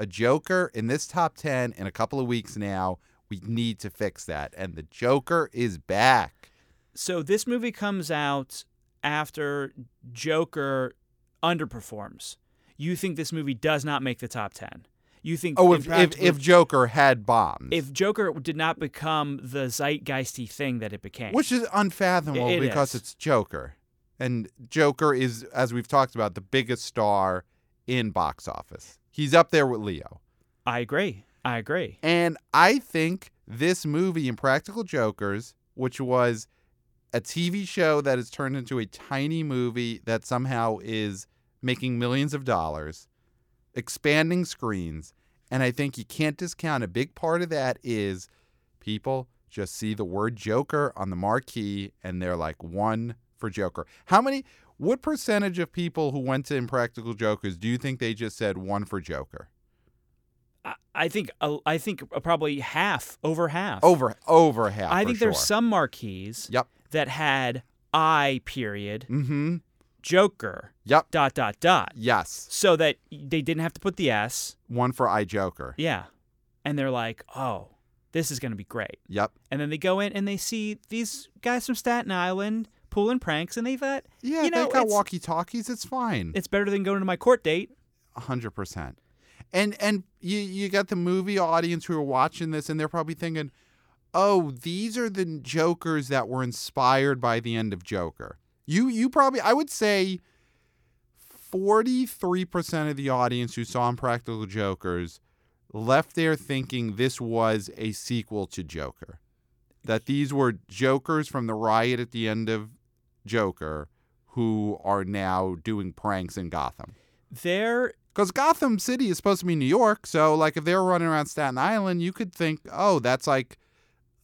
Speaker 2: a joker in this top ten in a couple of weeks now. We need to fix that." And the Joker is back.
Speaker 1: so this movie comes out after Joker underperforms. you think this movie does not make the top 10. You think
Speaker 2: Oh, if, if,
Speaker 1: Impractical-
Speaker 2: if Joker had bombs,
Speaker 1: if Joker did not become the zeitgeisty thing that it became.
Speaker 2: which is unfathomable
Speaker 1: It
Speaker 2: because
Speaker 1: is.
Speaker 2: it's Joker, and Joker is, as we've talked about, the biggest star in box office. He's up there with Leo,
Speaker 1: I agree. I agree.
Speaker 2: and I think this movie, Impractical Jokers, which was a TV show that is turned into a tiny movie that somehow is making millions of dollars, expanding screens, and I think you can't discount a big part of that is people just see the word Joker on the marquee and they're like one for Joker. How many what percentage of people who went to Impractical Jokers do you think they just said one for Joker?
Speaker 1: I, I think uh, I think probably half, over half.
Speaker 2: Over over half.
Speaker 1: I
Speaker 2: for
Speaker 1: think
Speaker 2: sure.
Speaker 1: there's some marquees
Speaker 2: Yep.
Speaker 1: that had I period
Speaker 2: Mm-hmm.
Speaker 1: Joker
Speaker 2: Yep.
Speaker 1: dot dot dot,
Speaker 2: Yes.
Speaker 1: so that they didn't have to put the S.
Speaker 2: One for I Joker.
Speaker 1: Yeah, and they're like, oh, this is gonna be great.
Speaker 2: Yep.
Speaker 1: And then they go in and they see these guys from Staten Island pulling pranks, and they thought
Speaker 2: Yeah,
Speaker 1: You know,
Speaker 2: they got
Speaker 1: it's-
Speaker 2: walkie talkies. It's fine.
Speaker 1: it's better than going to my court date.
Speaker 2: hundred percent. And and you you got the movie audience who are watching this and they're probably thinking, oh, these are the jokers that were inspired by the end of Joker. You you probably I would say. 43% of the audience who saw Impractical Jokers left there thinking this was a sequel to Joker. That these were jokers from the riot at the end of Joker who are now doing pranks in Gotham.
Speaker 1: There
Speaker 2: Because Gotham City is supposed to be New York, so like if they were running around Staten Island, you could think, oh, that's like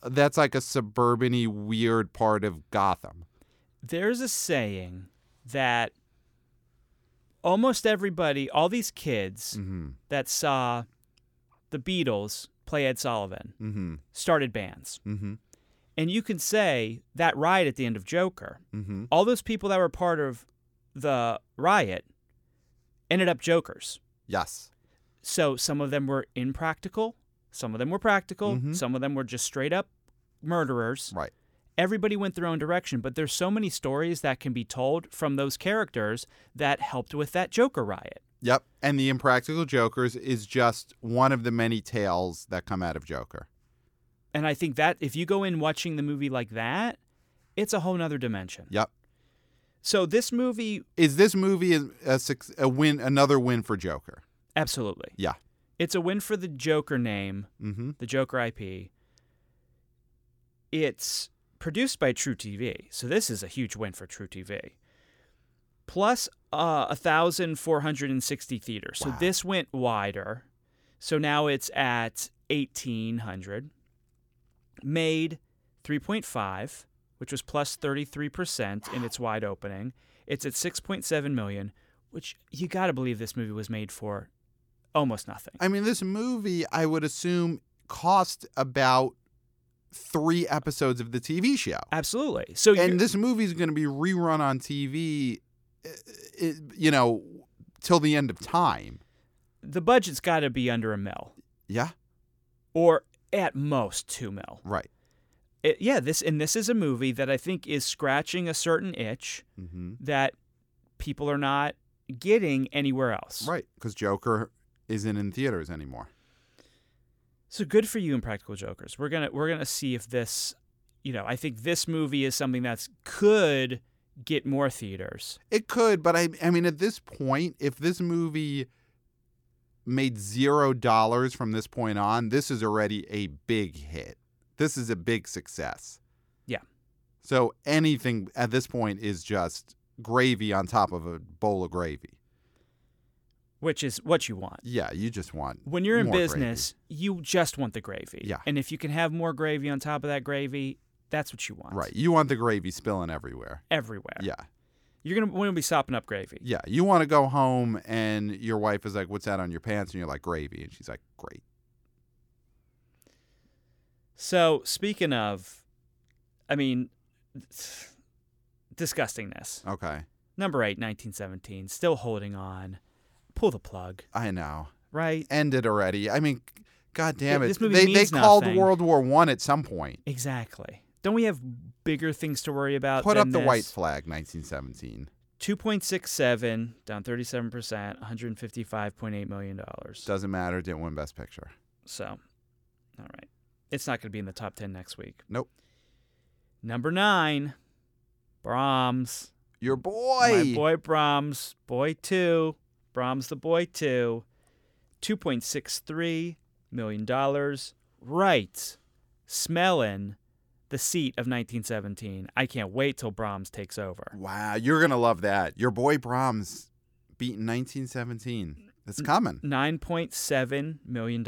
Speaker 2: that's like a suburban-y weird part of Gotham.
Speaker 1: there's a saying that almost everybody, all these kids
Speaker 2: Mm-hmm.
Speaker 1: that saw the Beatles play Ed Sullivan,
Speaker 2: Mm-hmm.
Speaker 1: started bands.
Speaker 2: Mm-hmm.
Speaker 1: And you can say that riot at the end of Joker,
Speaker 2: Mm-hmm.
Speaker 1: all those people that were part of the riot ended up Jokers.
Speaker 2: Yes.
Speaker 1: So some of them were impractical, some of them were practical,
Speaker 2: Mhm.
Speaker 1: some of them were just straight up murderers.
Speaker 2: Right.
Speaker 1: everybody went their own direction, but there's so many stories that can be told from those characters that helped with that Joker riot.
Speaker 2: Yep. And the Impractical Jokers is just one of the many tales that come out of Joker.
Speaker 1: And I think that if you go in watching the movie like that, it's a whole nother dimension.
Speaker 2: Yep.
Speaker 1: So this movie,
Speaker 2: Is this movie a, a, suc- a win? Another win for Joker?
Speaker 1: absolutely.
Speaker 2: Yeah.
Speaker 1: It's a win for the Joker name,
Speaker 2: Mm-hmm.
Speaker 1: the Joker IP. It's produced by True TV, so this is a huge win for True TV. Plus uh, 1,460 theaters. So
Speaker 2: Wow.
Speaker 1: this went wider. So now it's at 1,800. Made 3.5, which was plus 33% in its wide opening. It's at 6.7 million, which you got to believe this movie was made for almost nothing.
Speaker 2: I mean, this movie, I would assume, cost about three episodes of the TV show.
Speaker 1: Absolutely. So you're-
Speaker 2: and this movie is going to be rerun on TV, uh, uh, you know, till the end of time.
Speaker 1: the budget's got to be under a mil
Speaker 2: Yeah,
Speaker 1: or at most two mil.
Speaker 2: right.
Speaker 1: It- yeah, this and this is a movie that I think is scratching a certain itch
Speaker 2: Mm-hmm.
Speaker 1: that people are not getting anywhere else.
Speaker 2: Right, because Joker isn't in theaters anymore.
Speaker 1: So good for you, Impractical Jokers. We're gonna we're gonna see if this, you know, I think this movie is something that's could get more theaters.
Speaker 2: It could, but I, I mean, at this point, if this movie made zero dollars from this point on, this is already a big hit. This is a big success.
Speaker 1: Yeah.
Speaker 2: So anything at this point is just gravy on top of a bowl of gravy.
Speaker 1: Which is what you want.
Speaker 2: Yeah, you just want
Speaker 1: When you're in
Speaker 2: more gravy.
Speaker 1: business, you just want the gravy.
Speaker 2: Yeah.
Speaker 1: And if you can have more gravy on top of that gravy, that's what you want.
Speaker 2: Right. You want the gravy spilling everywhere.
Speaker 1: Everywhere.
Speaker 2: Yeah.
Speaker 1: You're gonna want to be sopping up gravy.
Speaker 2: Yeah. You want to go home and your wife is like, What's that on your pants? And you're like, Gravy. And she's like, Great.
Speaker 1: So speaking of, I mean, disgustingness.
Speaker 2: Okay.
Speaker 1: Number eight, 1917, still holding on. Pull the plug,
Speaker 2: I know.
Speaker 1: right?
Speaker 2: End it already. I mean, God damn it.
Speaker 1: Yeah, this movie
Speaker 2: they
Speaker 1: means
Speaker 2: they called
Speaker 1: nothing.
Speaker 2: World War One at some point.
Speaker 1: Exactly. Don't we have bigger things to worry about?
Speaker 2: Put
Speaker 1: than
Speaker 2: up the
Speaker 1: this?
Speaker 2: white flag, 1917.
Speaker 1: 2.67 down 37%, 155.8 million dollars.
Speaker 2: Doesn't matter. Didn't win Best Picture.
Speaker 1: So, all right. It's not going to be in the top 10 next week.
Speaker 2: Nope.
Speaker 1: Number 9, Brahms.
Speaker 2: Your boy.
Speaker 1: My boy Brahms, boy 2, Brahms the boy 2, 2.63 million dollars. Right. Smelling the seat of 1917. I can't wait till Brahms takes over.
Speaker 2: Wow, you're gonna love that. Your boy Brahms beat 1917. It's
Speaker 1: Mm.
Speaker 2: coming.
Speaker 1: $9.7 million.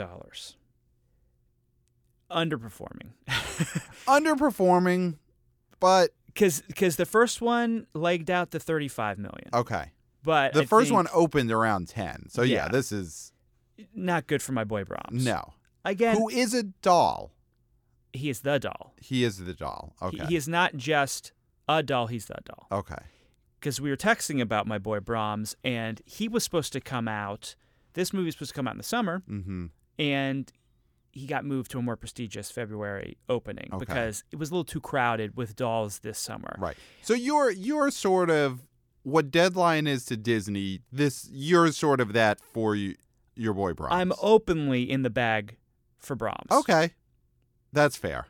Speaker 1: Underperforming.
Speaker 2: Underperforming, but
Speaker 1: Because the first one legged out to $35 million.
Speaker 2: okay.
Speaker 1: But
Speaker 2: Uh, The
Speaker 1: I
Speaker 2: first
Speaker 1: think
Speaker 2: one opened around 10. So yeah,
Speaker 1: Yeah.
Speaker 2: this is
Speaker 1: Not good for my boy Brahms.
Speaker 2: no.
Speaker 1: Again,
Speaker 2: Who is a doll?
Speaker 1: he is the doll.
Speaker 2: He is the doll.
Speaker 1: He-
Speaker 2: Okay.
Speaker 1: He, is not just a doll, he's the doll.
Speaker 2: okay.
Speaker 1: Because we were texting about my boy Brahms, and he was supposed to come out. This movie was supposed to come out in the summer.
Speaker 2: Mm-hmm.
Speaker 1: and he got moved to a more prestigious February opening
Speaker 2: Okay.
Speaker 1: because it was a little too crowded with dolls this summer.
Speaker 2: Right. So you're you're sort of what deadline is to Disney. This you're sort of that for you, your boy Brahms.
Speaker 1: I'm openly in the bag for Brahms.
Speaker 2: okay. That's fair.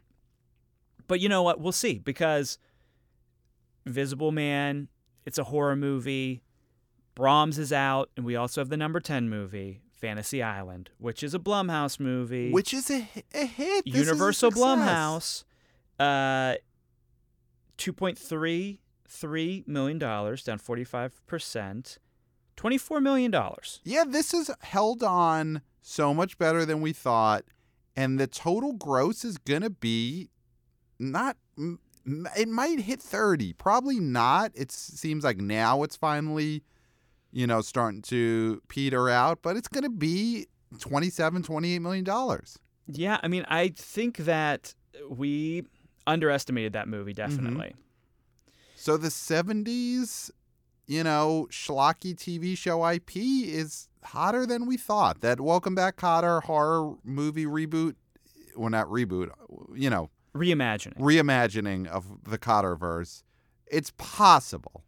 Speaker 1: But you know what? We'll see because Visible Man, it's a horror movie. Brahms is out, and we also have the number 10 movie, Fantasy Island, which is a Blumhouse movie.
Speaker 2: Which is a, hi- a hit. This is a
Speaker 1: Universal Blumhouse,
Speaker 2: success.
Speaker 1: uh, two point three three million dollars, down forty five percent, twenty four million dollars.
Speaker 2: Yeah, this is held on so much better than we thought, and the total gross is gonna be not. m- m- It might hit thirty, probably not. It seems like now it's finally, you know, starting to peter out, but it's gonna be 27 28 million dollars.
Speaker 1: Yeah, I mean, I think that we underestimated that movie definitely.
Speaker 2: So the seventies, you know, schlocky TV show IP is hotter than we thought. That Welcome Back, Cotter horror movie reboot, well, not reboot, you know,
Speaker 1: Reimagining.
Speaker 2: reimagining of the Cotterverse. It's possible.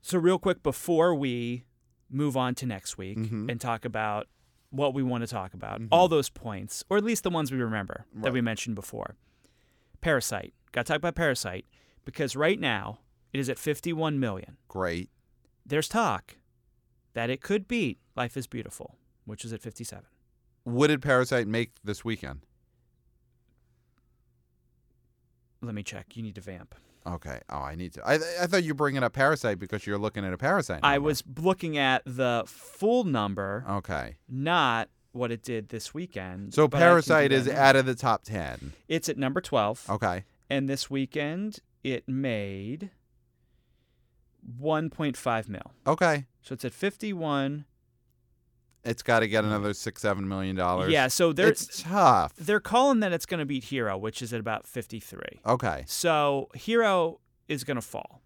Speaker 1: So, real quick, before we move on to next week
Speaker 2: Mhm.
Speaker 1: and talk about what we want to talk about,
Speaker 2: Mhm.
Speaker 1: all those points, or at least the ones we remember that
Speaker 2: Right.
Speaker 1: we mentioned before. Parasite. Got to talk about Parasite because right now it is at 51 million.
Speaker 2: Great.
Speaker 1: There's talk that it could beat Life is Beautiful, which is at 57.
Speaker 2: What did Parasite make this weekend?
Speaker 1: Let me check. You need to vamp.
Speaker 2: Okay. Oh, I need to. I, I thought you were bringing up Parasite because you're looking at a Parasite.
Speaker 1: I
Speaker 2: number.
Speaker 1: was looking at the full number,
Speaker 2: Okay.
Speaker 1: not what it did this weekend.
Speaker 2: Uh. So
Speaker 1: but I can do
Speaker 2: Parasite
Speaker 1: that
Speaker 2: is
Speaker 1: now.
Speaker 2: out of the top 10.
Speaker 1: It's at number 12.
Speaker 2: Okay.
Speaker 1: and this weekend it made 1.5 mil.
Speaker 2: Okay.
Speaker 1: So it's at 51.
Speaker 2: It's got to get another six, seven million dollars.
Speaker 1: Yeah, so they're
Speaker 2: it's tough.
Speaker 1: they're calling that it's going to beat Hero, which is at about 53.
Speaker 2: Okay.
Speaker 1: So Hero is going to fall.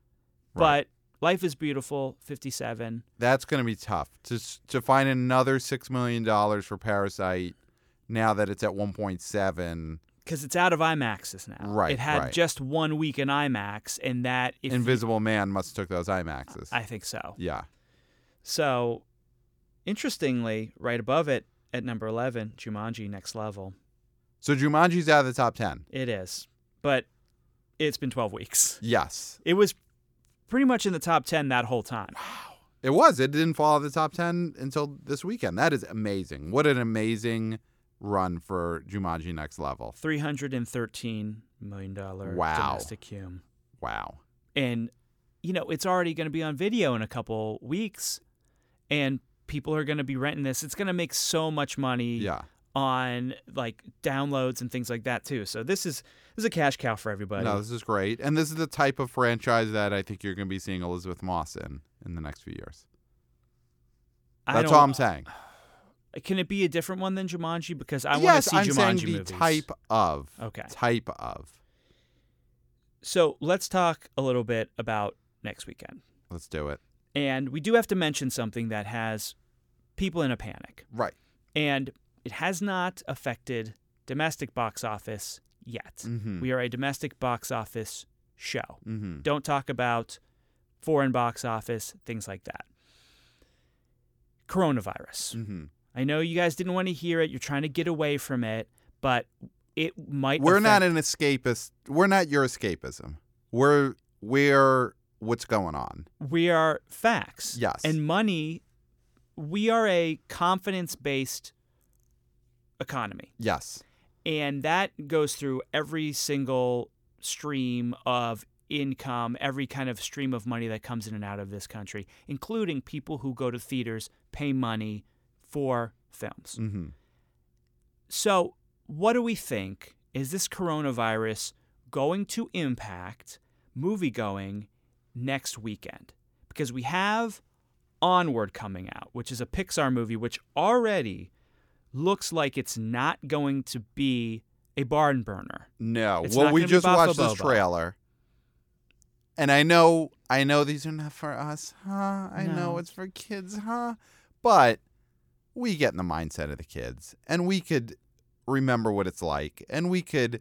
Speaker 2: Right.
Speaker 1: But Life is Beautiful 57.
Speaker 2: That's going to be tough to s- to find another six million dollars for Parasite now that it's at one point seven.
Speaker 1: Because it's out of IMAXs now.
Speaker 2: Right,
Speaker 1: It had
Speaker 2: right.
Speaker 1: just one week in IMAX, and that if
Speaker 2: Invisible Man must have took those IMAXs.
Speaker 1: I think so.
Speaker 2: yeah.
Speaker 1: So, interestingly, right above it at number 11, Jumanji: Next Level.
Speaker 2: So Jumanji's out of the top ten.
Speaker 1: It is, but it's been 12 weeks.
Speaker 2: Yes,
Speaker 1: It was pretty much in the top 10 that whole time.
Speaker 2: it was. It didn't fall out of the top ten until this weekend. That is amazing. What an amazing run for Jumanji Next Level.
Speaker 1: 313 million dollar
Speaker 2: Wow.
Speaker 1: domestic hum.
Speaker 2: Wow.
Speaker 1: And you know, it's already going to be on video in a couple weeks and people are going to be renting this. It's going to make so much money
Speaker 2: Yeah.
Speaker 1: on like downloads and things like that too. So this is this is a cash cow for everybody.
Speaker 2: No, this is great. And this is the type of franchise that I think you're going to be seeing Elizabeth Moss in in the next few years.
Speaker 1: I
Speaker 2: That's
Speaker 1: don't-
Speaker 2: all I'm saying.
Speaker 1: Can it be a different one than Jumanji because I want
Speaker 2: yes,
Speaker 1: to see
Speaker 2: I'm
Speaker 1: Jumanji
Speaker 2: saying the
Speaker 1: movies.
Speaker 2: type of.
Speaker 1: Okay.
Speaker 2: Type of.
Speaker 1: So let's talk a little bit about next weekend.
Speaker 2: Let's do it.
Speaker 1: And we do have to mention something that has people in a panic.
Speaker 2: Right.
Speaker 1: And it has not affected domestic box office yet.
Speaker 2: Mm-hmm.
Speaker 1: We are a domestic box office show.
Speaker 2: mm-hmm.
Speaker 1: Don't talk about foreign box office, things like that. Coronavirus.
Speaker 2: hmm
Speaker 1: I know you guys didn't want to hear it. You're trying to get away from it, but it might.
Speaker 2: We're
Speaker 1: affect-
Speaker 2: not an escapist. We're not your escapism. We're we're what's going on.
Speaker 1: we are facts.
Speaker 2: Yes.
Speaker 1: And money, we are a confidence based economy.
Speaker 2: Yes.
Speaker 1: And that goes through every single stream of income, every kind of stream of money that comes in and out of this country, including people who go to theaters, pay money for films.
Speaker 2: hmm
Speaker 1: So, what do we think? Is this coronavirus going to impact movie going next weekend? Because we have Onward coming out, which is a Pixar movie, which already looks like it's not going to be a barn burner.
Speaker 2: No.
Speaker 1: It's
Speaker 2: well,
Speaker 1: not
Speaker 2: we
Speaker 1: gonna be
Speaker 2: just
Speaker 1: Bob
Speaker 2: watched
Speaker 1: the
Speaker 2: this
Speaker 1: Boba.
Speaker 2: trailer, and I know I know these are not for us, huh? I know
Speaker 1: No.
Speaker 2: it's for kids, huh? But we get in the mindset of the kids, and we could remember what it's like, and we could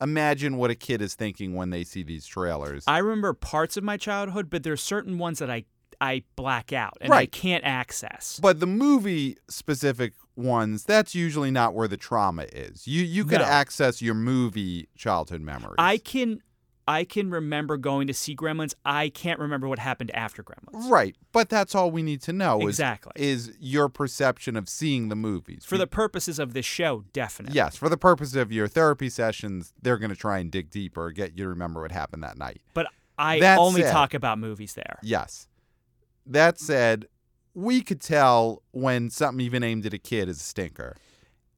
Speaker 2: imagine what a kid is thinking when they see these trailers.
Speaker 1: I remember parts of my childhood, but there are certain ones that I, I black out and I
Speaker 2: Right.
Speaker 1: can't access.
Speaker 2: But the movie specific ones, that's usually not where the trauma is. You you could
Speaker 1: No.
Speaker 2: access your movie childhood memories.
Speaker 1: I can I can remember going to see Gremlins. I can't remember what happened after Gremlins.
Speaker 2: Right. But that's all we need to know is
Speaker 1: Exactly.
Speaker 2: is your perception of seeing the movies.
Speaker 1: for the purposes of this show, definitely.
Speaker 2: Yes, for the purpose of your therapy sessions, they're going to try and dig deeper, get you to remember what happened that night.
Speaker 1: But I
Speaker 2: That
Speaker 1: only
Speaker 2: said-
Speaker 1: talk about movies there.
Speaker 2: Yes. That said, we could tell when something even aimed at a kid is a stinker.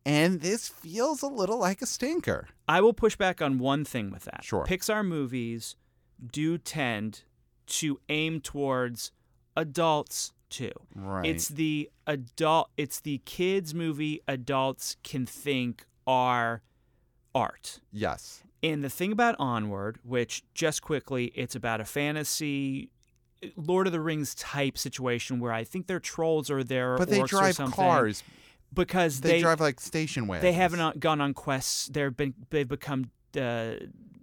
Speaker 2: And this feels a little like a stinker.
Speaker 1: I will push back on one thing with that.
Speaker 2: Sure.
Speaker 1: Pixar movies do tend to aim towards adults too.
Speaker 2: Right.
Speaker 1: It's the adult it's the kids movie adults can think are art.
Speaker 2: yes.
Speaker 1: And the thing about Onward, which just quickly, it's about a fantasy Lord of the Rings type situation where I think they're trolls or they're
Speaker 2: But they
Speaker 1: orcs or
Speaker 2: drive
Speaker 1: something
Speaker 2: cars.
Speaker 1: because
Speaker 2: They, drive like station wagons.
Speaker 1: they haven't uh, gone on quests. They've been they've become uh,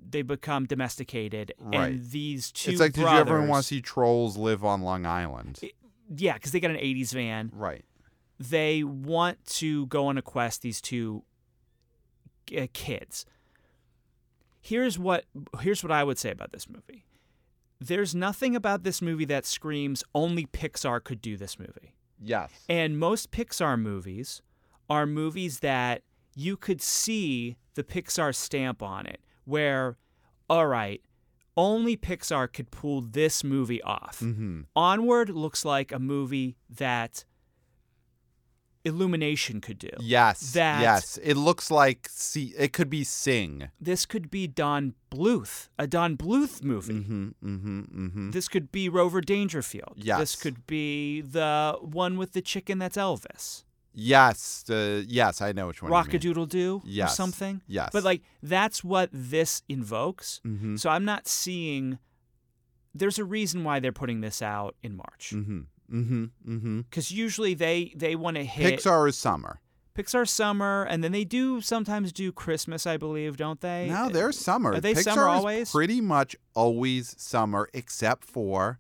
Speaker 1: they become domesticated,
Speaker 2: Right.
Speaker 1: and these two
Speaker 2: It's like,
Speaker 1: brothers,
Speaker 2: did you ever want to see trolls live on Long Island?
Speaker 1: Yeah, because they got an '80s van.
Speaker 2: right.
Speaker 1: They want to go on a quest. These two uh, kids. Here's what here's what I would say about this movie. There's nothing about this movie that screams only Pixar could do this movie.
Speaker 2: Yes.
Speaker 1: And most Pixar movies are movies that you could see the Pixar stamp on it, where, all right, only Pixar could pull this movie off.
Speaker 2: hmm
Speaker 1: Onward looks like a movie that Illumination could do.
Speaker 2: Yes.
Speaker 1: That-
Speaker 2: yes. It looks like see. It could be Sing.
Speaker 1: This could be Don Bluth, a Don Bluth movie.
Speaker 2: Mm-hmm. Mm-hmm. Mm-hmm.
Speaker 1: This could be Rover Dangerfield. This
Speaker 2: Yes.
Speaker 1: could be the one with the chicken that's Elvis.
Speaker 2: Yes. Uh, yes. I know which one. you mean.
Speaker 1: Rockadoodle Doo or
Speaker 2: Yes.
Speaker 1: something.
Speaker 2: Yes.
Speaker 1: But like that's what this invokes.
Speaker 2: Mm-hmm.
Speaker 1: So I'm not seeing there's a reason why they're putting this out in March.
Speaker 2: Mm-hmm. Mm-hmm. Mm-hmm.
Speaker 1: Cuz usually they they want to hit
Speaker 2: Pixar is summer.
Speaker 1: Pixar summer and then they do sometimes do Christmas, I believe, don't they?
Speaker 2: No, they're summer.
Speaker 1: uh, Are they
Speaker 2: Pixar
Speaker 1: summer
Speaker 2: is
Speaker 1: always?
Speaker 2: pretty much always summer, except for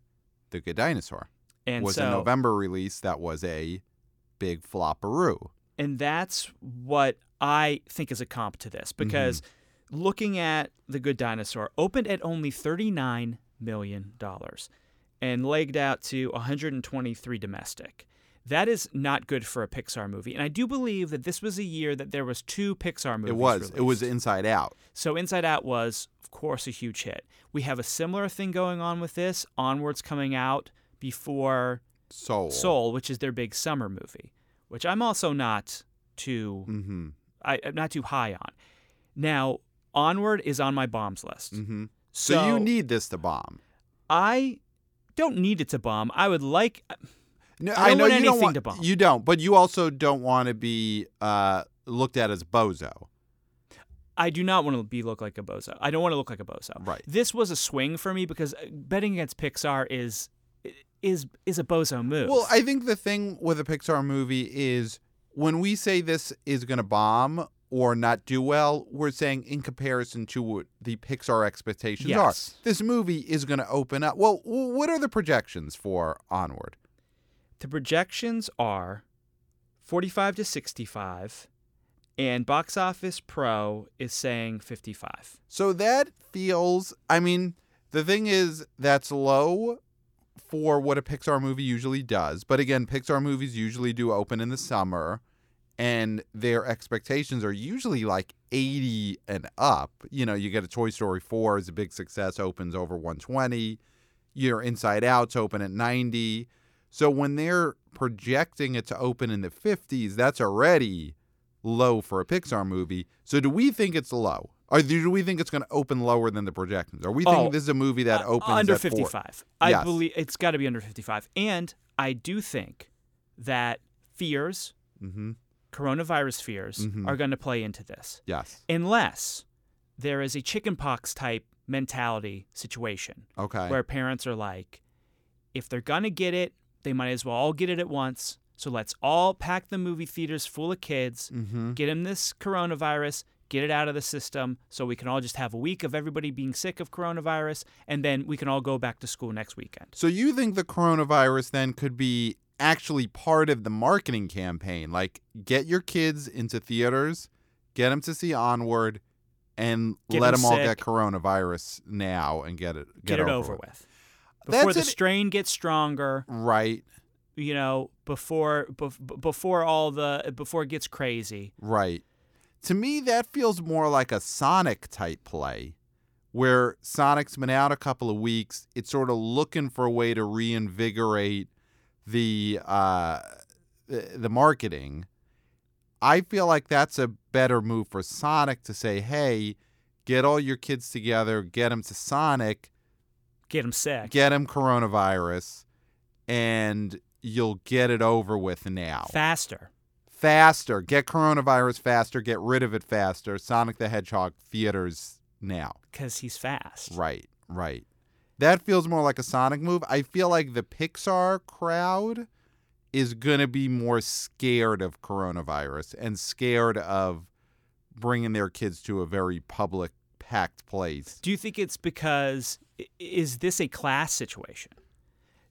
Speaker 2: The Good Dinosaur.
Speaker 1: and
Speaker 2: was
Speaker 1: so,
Speaker 2: a November release that was a big flopperoo.
Speaker 1: And that's what I think is a comp to this
Speaker 2: Mm-hmm.
Speaker 1: because looking at The Good Dinosaur opened at only $39 million and legged out to 123 domestic. That is not good for a Pixar movie. And I do believe that this was a year that there was two Pixar movies.
Speaker 2: It was. It was
Speaker 1: released.
Speaker 2: Inside Out.
Speaker 1: So Inside Out was, of course, a huge hit. We have a similar thing going on with this. Onwards coming out before
Speaker 2: Soul.
Speaker 1: Soul, which is their big summer movie, which I'm also not too
Speaker 2: Mm-hmm.
Speaker 1: I, I'm not too high on. Now, Onward is on my bombs list.
Speaker 2: Mm-hmm.
Speaker 1: Mm. So,
Speaker 2: So, you need this to bomb.
Speaker 1: I don't need it to bomb. I would like.
Speaker 2: No,
Speaker 1: I don't
Speaker 2: know
Speaker 1: want
Speaker 2: you
Speaker 1: anything
Speaker 2: don't want,
Speaker 1: to bomb.
Speaker 2: You don't, but you also don't want to be uh, looked at as bozo.
Speaker 1: I do not want to be look like a bozo. I don't want to look like a bozo.
Speaker 2: Right.
Speaker 1: This was a swing for me because uh, betting against Pixar is is is a bozo move.
Speaker 2: Well, I think the thing with a Pixar movie is when we say this is going to bomb or not do well. We're saying in comparison to what the Pixar expectations
Speaker 1: Yes.
Speaker 2: are. This movie is going to open up. Well, w- what are the projections for Onward?
Speaker 1: The projections are 45 to 65, and Box Office Pro is saying 55.
Speaker 2: So that feels, I mean, the thing is, that's low for what a Pixar movie usually does. But again, Pixar movies usually do open in the summer, and their expectations are usually like 80 and up. You know, you get a Toy Story 4 is a big success, opens over 120. Your Inside Out's open at 90. So when they're projecting it to open in the 50s, that's already low for a Pixar movie. So do we think it's low? Or do we think it's going to open lower than the projections? Are we thinking
Speaker 1: Oh,
Speaker 2: this is a movie that
Speaker 1: Uh,
Speaker 2: opens
Speaker 1: under
Speaker 2: at four?
Speaker 1: 55. I
Speaker 2: Yes.
Speaker 1: believe it's got to be under 55. And I do think that fears,
Speaker 2: Mm-hmm.
Speaker 1: coronavirus fears,
Speaker 2: Mhm.
Speaker 1: are going to play into this.
Speaker 2: Yes.
Speaker 1: Unless there is a chickenpox type mentality situation
Speaker 2: Okay.
Speaker 1: where parents are like, if they're going to get it, they might as well all get it at once. So let's all pack the movie theaters full of kids,
Speaker 2: mm-hmm.
Speaker 1: get them this coronavirus, get it out of the system so we can all just have a week of everybody being sick of coronavirus, and then we can all go back to school next weekend.
Speaker 2: So you think the coronavirus then could be actually part of the marketing campaign? Like, get your kids into theaters, get them to see Onward, and
Speaker 1: Get
Speaker 2: let
Speaker 1: 'em
Speaker 2: them all get
Speaker 1: sick.
Speaker 2: coronavirus now and get it
Speaker 1: Get,
Speaker 2: get,
Speaker 1: it over with.
Speaker 2: That's
Speaker 1: Before the
Speaker 2: an-
Speaker 1: strain gets stronger,
Speaker 2: Right,
Speaker 1: you know, before bef- before all the before it gets crazy.
Speaker 2: right. To me, that feels more like a Sonic type play, where Sonic's been out a couple of weeks. It's sort of looking for a way to reinvigorate the uh, the, the marketing. I feel like that's a better move for Sonic to say, "Hey, get all your kids together, get them to Sonic,
Speaker 1: Get them sick.
Speaker 2: get them coronavirus, and you'll get it over with now."
Speaker 1: Faster.
Speaker 2: faster. Get coronavirus faster. Get rid of it faster. Sonic the Hedgehog theaters now.
Speaker 1: Because he's fast.
Speaker 2: Right, right. That feels more like a Sonic move. I feel like the Pixar crowd is going to be more scared of coronavirus and scared of bringing their kids to a very public, packed place.
Speaker 1: Do you think it's because i- is this a class situation?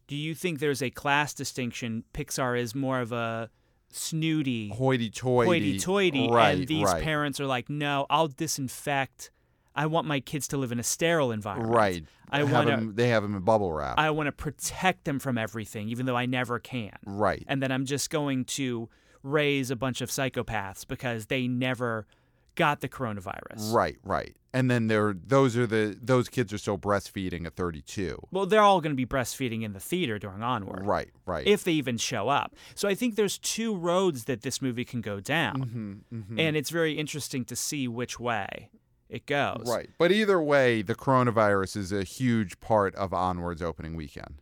Speaker 1: Do you think there's a class distinction? Pixar is more of a snooty,
Speaker 2: Hoity toity.
Speaker 1: hoity-toity,
Speaker 2: Right,
Speaker 1: and these
Speaker 2: right.
Speaker 1: parents are like, "No, I'll disinfect. I want my kids to live in a sterile environment.
Speaker 2: Right.
Speaker 1: I
Speaker 2: Have
Speaker 1: wanna-
Speaker 2: 'em- they have them in bubble wrap.
Speaker 1: I want to protect them from everything, even though I never can.
Speaker 2: right.
Speaker 1: And then I'm just going to raise a bunch of psychopaths because they never got the coronavirus.
Speaker 2: Right, right. And then there those are the those kids are still breastfeeding at 32.
Speaker 1: Well, they're all going to be breastfeeding in the theater during Onward.
Speaker 2: Right, right.
Speaker 1: if they even show up. So I think there's two roads that this movie can go down,
Speaker 2: Mm-hmm.
Speaker 1: and it's very interesting to see which way it goes.
Speaker 2: right. But either way, the coronavirus is a huge part of Onward's opening weekend.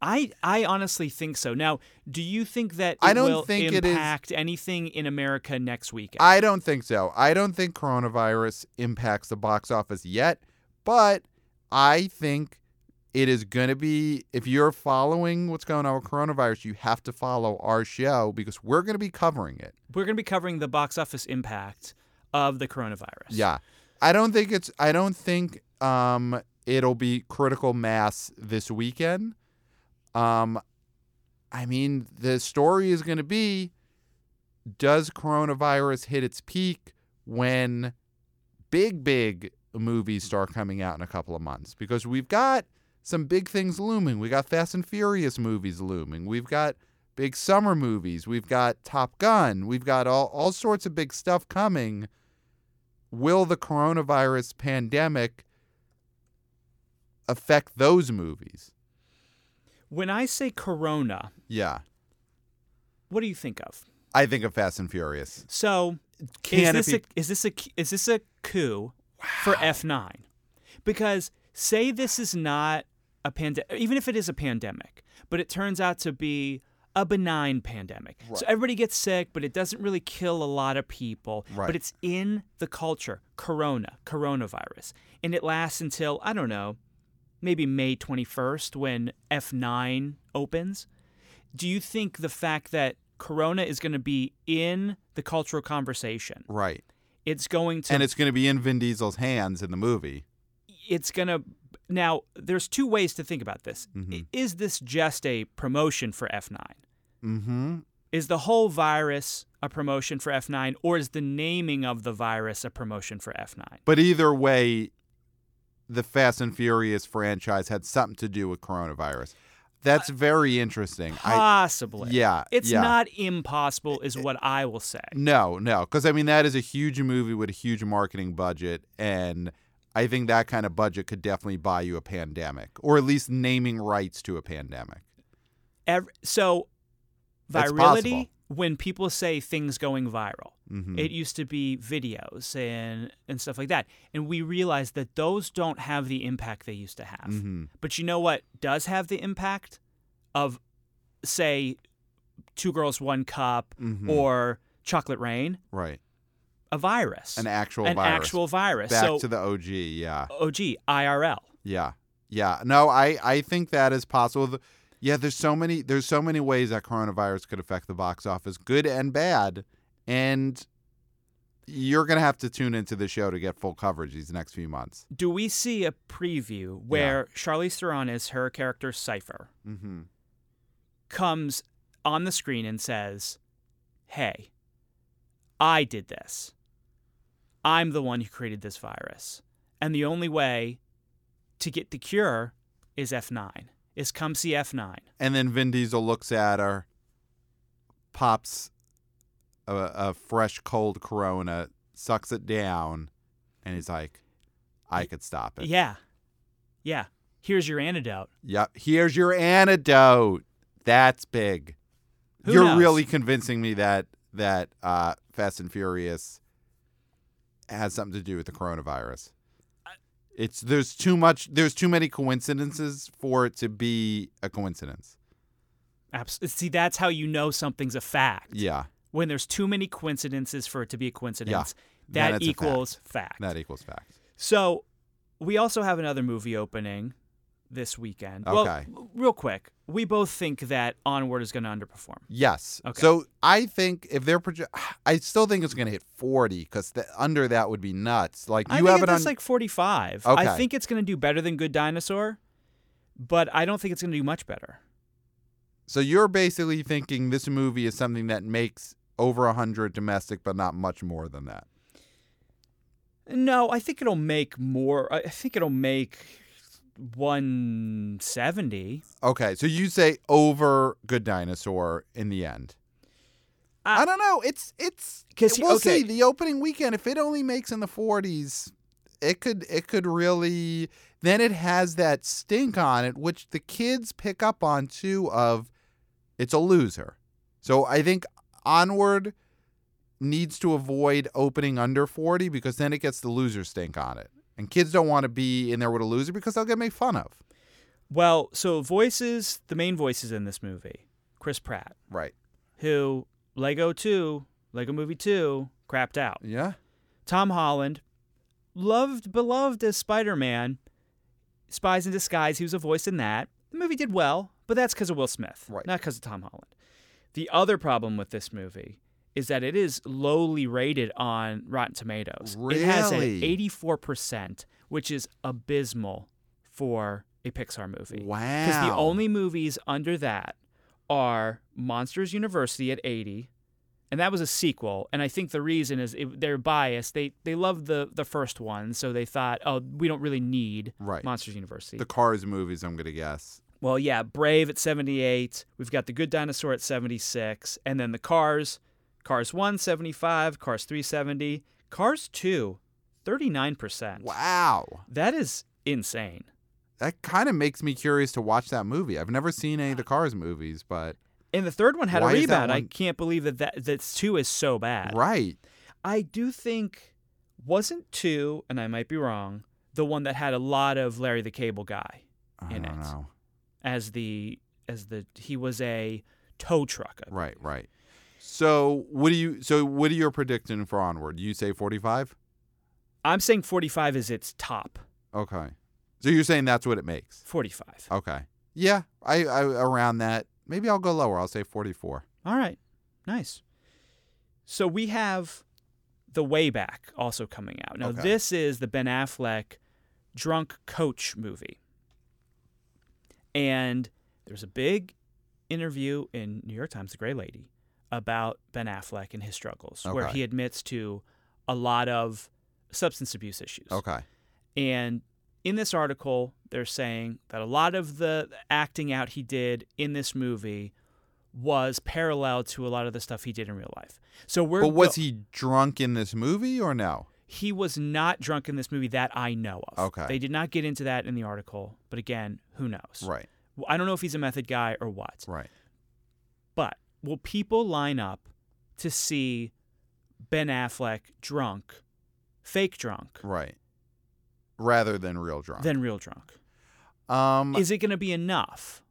Speaker 1: I I honestly think so. Now, do you think that it
Speaker 2: I don't
Speaker 1: will
Speaker 2: think it is-
Speaker 1: impact anything in America next weekend?
Speaker 2: I don't think so. I don't think coronavirus impacts the box office yet, but I think it is going to be if you're following what's going on with coronavirus, you have to follow our show because we're going to be covering it.
Speaker 1: We're going to be covering the box office impact of the coronavirus.
Speaker 2: Yeah. I don't think it's I don't think um it'll be critical mass this weekend. Um I mean the story is going to be does coronavirus hit its peak when big big movies start coming out in a couple of months because we've got some big things looming. We got Fast and Furious movies looming. We've got big summer movies. We've got Top Gun. We've got all all sorts of big stuff coming will the coronavirus pandemic affect those movies?
Speaker 1: When I say corona,
Speaker 2: Yeah.
Speaker 1: what do you think of?
Speaker 2: I think of Fast and Furious.
Speaker 1: So,
Speaker 2: Can it
Speaker 1: is this
Speaker 2: be-
Speaker 1: a, is this a is this a coup for F9? Because say this is not a pandemic, even if it is a pandemic, but it turns out to be a benign pandemic. So everybody gets sick, but it doesn't really kill a lot of people.
Speaker 2: Right.
Speaker 1: But it's in the culture, corona, coronavirus, and it lasts until I don't know, maybe May 21st when F9 opens do you think the fact that corona is going to be in the cultural conversation
Speaker 2: Right.
Speaker 1: It's going to
Speaker 2: and it's going to be in Vin Diesel's hands in the movie.
Speaker 1: it's going to now there's two ways to think about this.
Speaker 2: Mhm.
Speaker 1: Is this just a promotion for F9?
Speaker 2: Mm-hmm.
Speaker 1: Is the whole virus a promotion for F9 or is the naming of the virus a promotion for F9?
Speaker 2: But either way, the Fast and Furious franchise had something to do with coronavirus. That's very interesting. I
Speaker 1: Possibly.
Speaker 2: yeah,
Speaker 1: It's
Speaker 2: yeah.
Speaker 1: not impossible is what I will say.
Speaker 2: No, no, because I mean that is a huge movie with a huge marketing budget, and I think that kind of budget could definitely buy you a pandemic, or at least naming rights to a pandemic.
Speaker 1: Ev- so
Speaker 2: That's
Speaker 1: virality
Speaker 2: possible.
Speaker 1: when people say things going viral
Speaker 2: Mm-hmm.
Speaker 1: It used to be videos and and stuff like that. And we realized that those don't have the impact they used to have.
Speaker 2: hmm
Speaker 1: But you know what does have the impact of say two girls one cup
Speaker 2: Mhm.
Speaker 1: or chocolate rain?
Speaker 2: Right,
Speaker 1: A virus.
Speaker 2: an actual
Speaker 1: An
Speaker 2: virus.
Speaker 1: actual virus.
Speaker 2: Back
Speaker 1: so
Speaker 2: to the OG, yeah.
Speaker 1: oh gee, IRL.
Speaker 2: Yeah. Yeah. No, I I think that is possible. The- Yeah, there's so many there's so many ways that coronavirus could affect the box office, good and bad. And you're going to have to tune into the show to get full coverage these next few months.
Speaker 1: Do we see a preview where Charlize Theron is her character Cypher
Speaker 2: Mhm.
Speaker 1: comes on the screen and says, Hey, I did this. I'm the one who created this virus. And the only way to get the cure is F9, is come see F9.
Speaker 2: And then Vin Diesel looks at her, pops a, a fresh cold corona, sucks it down, and he's like, I could stop it.
Speaker 1: Yeah. Yeah. Here's your antidote.
Speaker 2: Yep. Here's your antidote. That's big.
Speaker 1: Who
Speaker 2: You're
Speaker 1: knows?
Speaker 2: really convincing me that that uh, Fast and Furious has something to do with the coronavirus. It's there's too much there's too many coincidences for it to be a coincidence.
Speaker 1: Abs- See, that's how you know something's a fact.
Speaker 2: Yeah,
Speaker 1: When there's too many coincidences for it to be a coincidence,
Speaker 2: Then
Speaker 1: that
Speaker 2: it's a fact.
Speaker 1: equals fact.
Speaker 2: that equals fact.
Speaker 1: So we also have another movie opening this weekend. Well,
Speaker 2: Okay.
Speaker 1: w- real quick, we both think that Onward is going to underperform.
Speaker 2: Yes.
Speaker 1: Okay.
Speaker 2: So I think if they're proje- I still think it's going to hit 40 cuz under that would be nuts. Like you
Speaker 1: I think
Speaker 2: have
Speaker 1: it's
Speaker 2: it on
Speaker 1: like 45. I
Speaker 2: Okay.
Speaker 1: think it's going to do better than Good Dinosaur, but I don't think it's going to do much better.
Speaker 2: So you're basically thinking this movie is something that makes over 100 domestic, but not much more than that.
Speaker 1: No, I think it'll make more. I I think it'll make 170.
Speaker 2: Okay, so you say over Good Dinosaur in the end.
Speaker 1: I-
Speaker 2: I don't know. It's it's
Speaker 1: Uh, 'Cause he-
Speaker 2: we'll
Speaker 1: okay.
Speaker 2: see the opening weekend if it only makes in the 40s, it could it could really then it has that stink on it which the kids pick up on too of it's a loser. So I think Onward needs to avoid opening under 40 because then it gets the loser stink on it. And kids don't want to be in there with a loser because they'll get made fun of.
Speaker 1: Well, so voices, the main voices in this movie, Chris Pratt,
Speaker 2: Right.
Speaker 1: who Lego 2, Lego Movie 2, crapped out.
Speaker 2: Yeah.
Speaker 1: Tom Holland, loved, beloved as Spider Man, Spies in Disguise, he was a voice in that. The movie did well, but that's because of Will Smith,
Speaker 2: Right.
Speaker 1: not because of Tom Holland. The other problem with this movie is that it is lowly rated on Rotten Tomatoes. It has an
Speaker 2: Really?
Speaker 1: 84%, which is abysmal for a Pixar movie.
Speaker 2: Wow.
Speaker 1: Because the only movies under that are Monsters University at 80, and that was a sequel. And I think the reason is it, they're biased. They they loved the the first one, so they thought, oh, we don't really need
Speaker 2: Right.
Speaker 1: Monsters University.
Speaker 2: the Cars movies, I'm going to guess.
Speaker 1: well, yeah, Brave at 78. We've got The Good Dinosaur at 76, and then the Cars, Cars 1 75, Cars 370, Cars 2 39%.
Speaker 2: Wow.
Speaker 1: That is insane.
Speaker 2: That kind of makes me curious to watch that movie. I've never seen any of the Cars movies, but
Speaker 1: And the third one had
Speaker 2: Why
Speaker 1: a
Speaker 2: is that
Speaker 1: rebound. I
Speaker 2: one-
Speaker 1: can't believe that, that that two is so bad.
Speaker 2: right.
Speaker 1: I do think wasn't two, and I might be wrong, the one that had a lot of Larry the Cable Guy
Speaker 2: I
Speaker 1: In
Speaker 2: don't
Speaker 1: it.
Speaker 2: know.
Speaker 1: as the as the he was a tow truck.
Speaker 2: Right, right. So, what do you so what are your prediction for Onward? You say 45?
Speaker 1: I'm saying 45 is its top.
Speaker 2: Okay. So you're saying that's what it makes.
Speaker 1: 45.
Speaker 2: Okay. Yeah, I, I around that. Maybe I'll go lower. I'll say 44.
Speaker 1: All right, nice. So we have The Way Back also coming out. Now
Speaker 2: Okay.
Speaker 1: this is the Ben Affleck drunk coach movie. And there's a big interview in New York Times, The Gray Lady, about Ben Affleck and his struggles, where
Speaker 2: Okay.
Speaker 1: he admits to a lot of substance abuse issues.
Speaker 2: Okay.
Speaker 1: And in this article, they're saying that a lot of the acting out he did in this movie was parallel to a lot of the stuff he did in real life. So we're
Speaker 2: But was
Speaker 1: go-
Speaker 2: he drunk in this movie or no?
Speaker 1: he was not drunk in this movie that I know of.
Speaker 2: Okay.
Speaker 1: They did not get into that in the article, but again, who knows?
Speaker 2: Right.
Speaker 1: Well, I don't know if he's a method guy or what.
Speaker 2: Right.
Speaker 1: But will people line up to see Ben Affleck drunk, fake drunk,
Speaker 2: Right. Rather than real drunk.
Speaker 1: than real drunk?
Speaker 2: um,
Speaker 1: Is it going to be enough?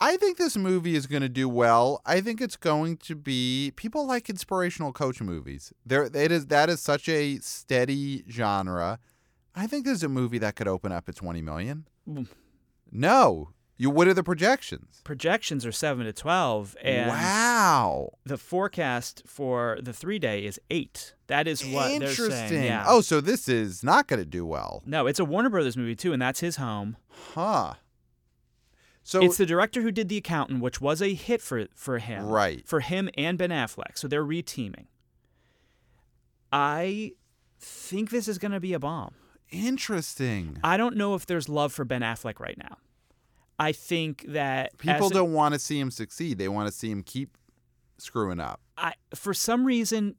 Speaker 2: I think this movie is going to do well. I think it's going to be people like inspirational coach movies. There, it is that is such a steady genre. I think there's a movie that could open up at 20 million.
Speaker 1: Mm.
Speaker 2: No, you what are the projections?
Speaker 1: Projections are 7 to 12 and
Speaker 2: wow,
Speaker 1: the forecast for the 3 day is 8. That is what they're
Speaker 2: interesting.
Speaker 1: saying. Yeah.
Speaker 2: Oh, so this is not going to do well,
Speaker 1: No, it's a Warner Brothers movie too and that's his home.
Speaker 2: huh? So
Speaker 1: it's the director who did The Accountant, which was a hit for for him,
Speaker 2: Right.
Speaker 1: For him and Ben Affleck, so they're reteaming. I think this is going to be a bomb.
Speaker 2: interesting.
Speaker 1: I don't know if there's love for Ben Affleck right now. I think that
Speaker 2: People
Speaker 1: as a-
Speaker 2: don't want to see him succeed. They want to see him keep screwing up.
Speaker 1: I, for some reason,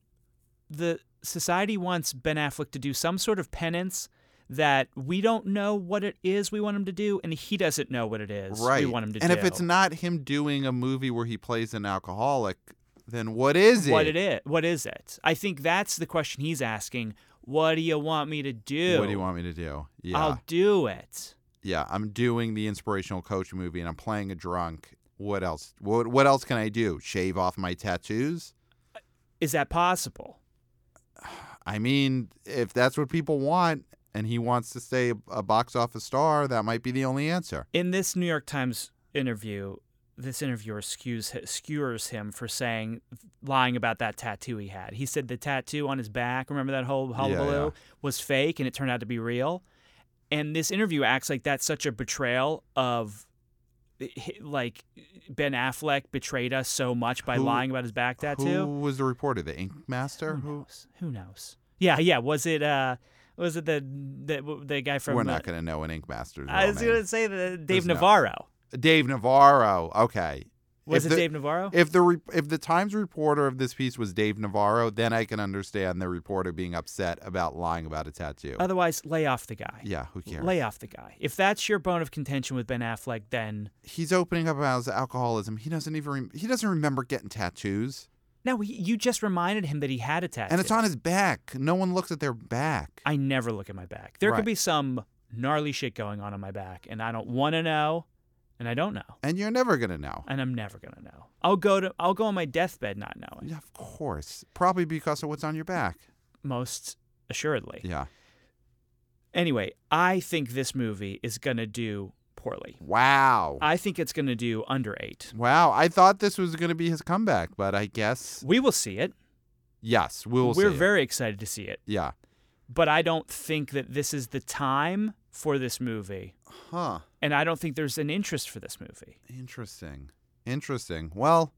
Speaker 1: the society wants Ben Affleck to do some sort of penance that we don't know what it is we want him to do, and he doesn't know what it is
Speaker 2: right.
Speaker 1: we want him to
Speaker 2: and
Speaker 1: do.
Speaker 2: if it's not him doing a movie where he plays an alcoholic, then what is it?
Speaker 1: what it is. What is it? I think that's the question he's asking. What do you want me to do?
Speaker 2: What do you want me to do? Yeah,
Speaker 1: I'll do it.
Speaker 2: yeah. I'm doing the inspirational coach movie, and I'm playing a drunk. What else? What What else can I do? Shave off my tattoos?
Speaker 1: Is that possible?
Speaker 2: I mean, if that's what people want, and he wants to stay a- a box office star, that might be the only answer.
Speaker 1: In this New York Times interview, this interviewer skews, skewers him for saying lying about that tattoo he had. He said the tattoo on his back, remember that whole hullabaloo,
Speaker 2: yeah.
Speaker 1: was fake and it turned out to be real. And this interview acts like that's such a betrayal of eh, like Ben Affleck betrayed us so much by
Speaker 2: Who-
Speaker 1: lying about his back tattoo.
Speaker 2: Who was the reporter? The Ink Master?
Speaker 1: Who
Speaker 2: Who?
Speaker 1: knows? Who knows? Yeah, yeah. Was it uh, was it the the, the guy from?
Speaker 2: We're
Speaker 1: uh,
Speaker 2: not going to know an Ink Master's
Speaker 1: I
Speaker 2: real
Speaker 1: was
Speaker 2: name.
Speaker 1: gonna say the Dave
Speaker 2: There's no-
Speaker 1: Navarro.
Speaker 2: Dave Navarro. Okay.
Speaker 1: Was
Speaker 2: If
Speaker 1: it
Speaker 2: the-
Speaker 1: Dave Navarro?
Speaker 2: If the re- if the Times reporter of this piece was Dave Navarro, then I can understand the reporter being upset about lying about a tattoo.
Speaker 1: Otherwise, lay off the guy.
Speaker 2: yeah, who cares?
Speaker 1: Lay off the guy. If that's your bone of contention with Ben Affleck, then
Speaker 2: He's opening up about his alcoholism. He doesn't even rem he doesn't remember getting tattoos,
Speaker 1: no, he, you just reminded him that he had a tattoo.
Speaker 2: and it's on his back. No one looks at their back.
Speaker 1: I never look at my back. There
Speaker 2: Right.
Speaker 1: could be some gnarly shit going on on my back, and I don't want to know, and I don't know,
Speaker 2: and you're never gonna know.
Speaker 1: and I'm never gonna know. I'll go to I'll go on my deathbed not knowing.
Speaker 2: Yeah, of course, probably because of what's on your back.
Speaker 1: Most assuredly.
Speaker 2: Yeah.
Speaker 1: Anyway, I think this movie is going to do poorly.
Speaker 2: Wow.
Speaker 1: I think it's going to do under eight.
Speaker 2: wow. I thought this was gonna be his comeback, but I guess
Speaker 1: We will see it.
Speaker 2: yes, we'll.
Speaker 1: We're
Speaker 2: see it.
Speaker 1: very excited to see it.
Speaker 2: Yeah.
Speaker 1: But I don't think that this is the time for this movie.
Speaker 2: Huh.
Speaker 1: And I don't think there's an interest for this movie.
Speaker 2: Interesting. Interesting. Well,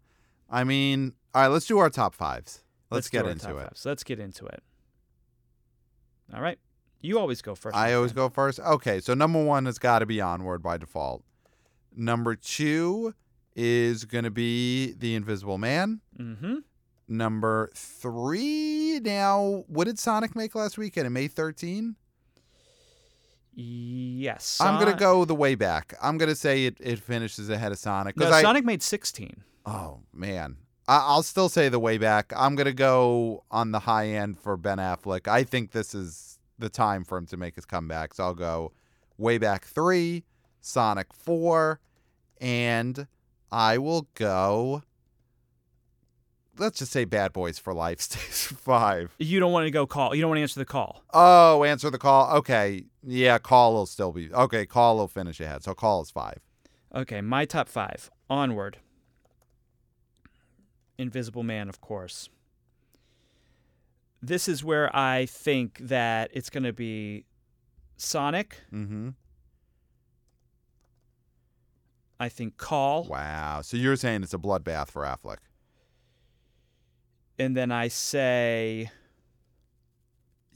Speaker 2: I mean, all right, let's do our top fives. Let's,
Speaker 1: do
Speaker 2: get
Speaker 1: our
Speaker 2: into
Speaker 1: top
Speaker 2: it.
Speaker 1: fives. Let's get into it. All right. You always go first.
Speaker 2: I
Speaker 1: my
Speaker 2: always
Speaker 1: friend.
Speaker 2: go first. Okay, so number one has got to be Onward by default. Number two is going to be The Invisible Man.
Speaker 1: Mhm.
Speaker 2: Number three, now, what did Sonic make last weekend? It made 13?
Speaker 1: Yes.
Speaker 2: I'm going
Speaker 1: Son-
Speaker 2: to go the way back. I'm going to say it, it finishes ahead of Sonic. 'cause
Speaker 1: No,
Speaker 2: I,
Speaker 1: Sonic made 16.
Speaker 2: Oh man, I- I'll still say the way back. I'm gonna go on the high end for Ben Affleck. I think this is the time for him to make his comeback. So I'll go way back three, Sonic four, and I will go. Let's just say Bad Boys for Life stays five.
Speaker 1: You don't want to go call. You don't want to answer the call.
Speaker 2: Oh, answer the call. Okay, yeah, call will still be okay. Call will finish ahead. So call is five.
Speaker 1: Okay, my top five. Onward. Invisible Man, of course. This is where I think that it's going to be Sonic.
Speaker 2: Mm-hmm.
Speaker 1: I think Call,
Speaker 2: Wow. So you're saying it's a bloodbath for Affleck?
Speaker 1: and then I say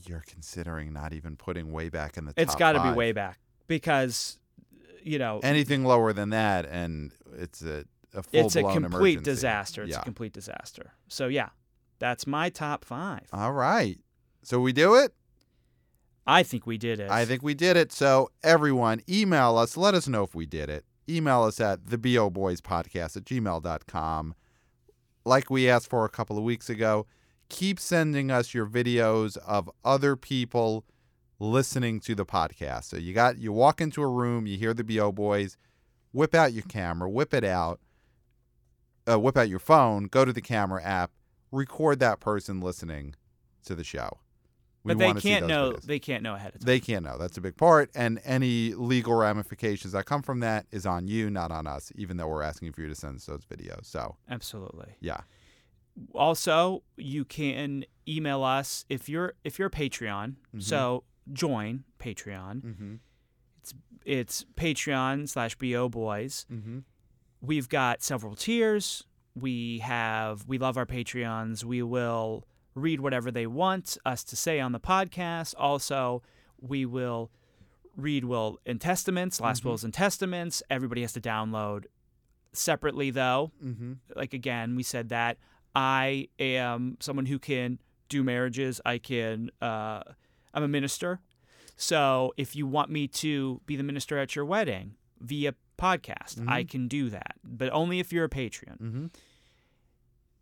Speaker 2: You're considering not even putting way back in the.
Speaker 1: it's
Speaker 2: got to
Speaker 1: be way back because you know
Speaker 2: Anything lower than that, and it's a, a full
Speaker 1: it's a
Speaker 2: blown
Speaker 1: complete
Speaker 2: emergency.
Speaker 1: disaster. It's
Speaker 2: yeah.
Speaker 1: a complete disaster. So yeah, that's my top five.
Speaker 2: All right. So we do it.
Speaker 1: I think we did it.
Speaker 2: I think we did it. So everyone, email us. Let us know if we did it. Email us at theboboyspodcast at gmail.com. Like we asked for a couple of weeks ago, keep sending us your videos of other people listening to the podcast. So you got you walk into a room, you hear the BO boys, whip out your camera, whip it out, uh, whip out your phone, go to the camera app, record that person listening to the show. We
Speaker 1: but they
Speaker 2: wanna see
Speaker 1: can't
Speaker 2: those
Speaker 1: know.
Speaker 2: videos
Speaker 1: They can't know ahead of time.
Speaker 2: they can't know. That's a big part. And any legal ramifications that come from that is on you, not on us, even though we're asking for you to send us those videos. So,
Speaker 1: Absolutely.
Speaker 2: yeah.
Speaker 1: Also, you can email us if you're if you're a Patreon.
Speaker 2: Mhm.
Speaker 1: So join Patreon.
Speaker 2: Mm-hmm.
Speaker 1: It's Patreon slash bo boys.
Speaker 2: Mm-hmm.
Speaker 1: We've got several tiers. We have we love our Patreons. We will read whatever they want us to say on the podcast. Also, we will read will and testaments, last
Speaker 2: Mhm.
Speaker 1: wills and testaments. Everybody has to download separately though.
Speaker 2: Mm-hmm.
Speaker 1: like again we said that i am someone who can do marriages i can uh, i'm a minister so if you want me to be the minister at your wedding via podcast i can do that but only if you're a patreon
Speaker 2: Mm-hmm.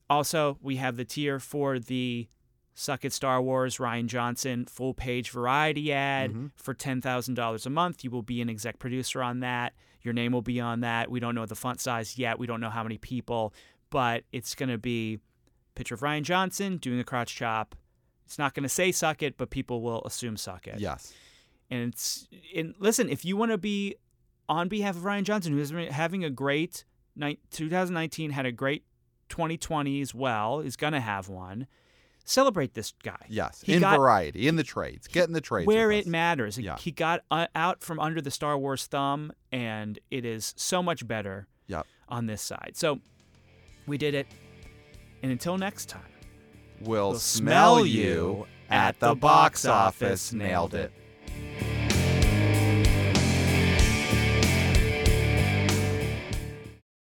Speaker 1: also we have the tier for the suck at star wars ryan johnson full page variety ad
Speaker 2: Mhm.
Speaker 1: for $10000 a month you will be an exec producer on that your name will be on that we don't know the font size yet we don't know how many people but it's going to be picture of ryan johnson doing a crotch chop it's not going to say suck it but people will assume suck it
Speaker 2: Yes.
Speaker 1: and it's and listen, if you want to be on behalf of Ryan Johnson, who is having a great night, 2019 had a great 2020 as well, is gonna have one. Celebrate this guy.
Speaker 2: Yes.
Speaker 1: He
Speaker 2: in
Speaker 1: got-
Speaker 2: variety, in the trades. Get in the trades.
Speaker 1: Where
Speaker 2: with
Speaker 1: it
Speaker 2: us.
Speaker 1: matters,
Speaker 2: Yeah.
Speaker 1: he got uh, out from under the Star Wars thumb, and it is so much better
Speaker 2: Yep.
Speaker 1: on this side. So we did it, and until next time.
Speaker 2: Will
Speaker 1: We'll
Speaker 2: smell you at the box office. Nailed it.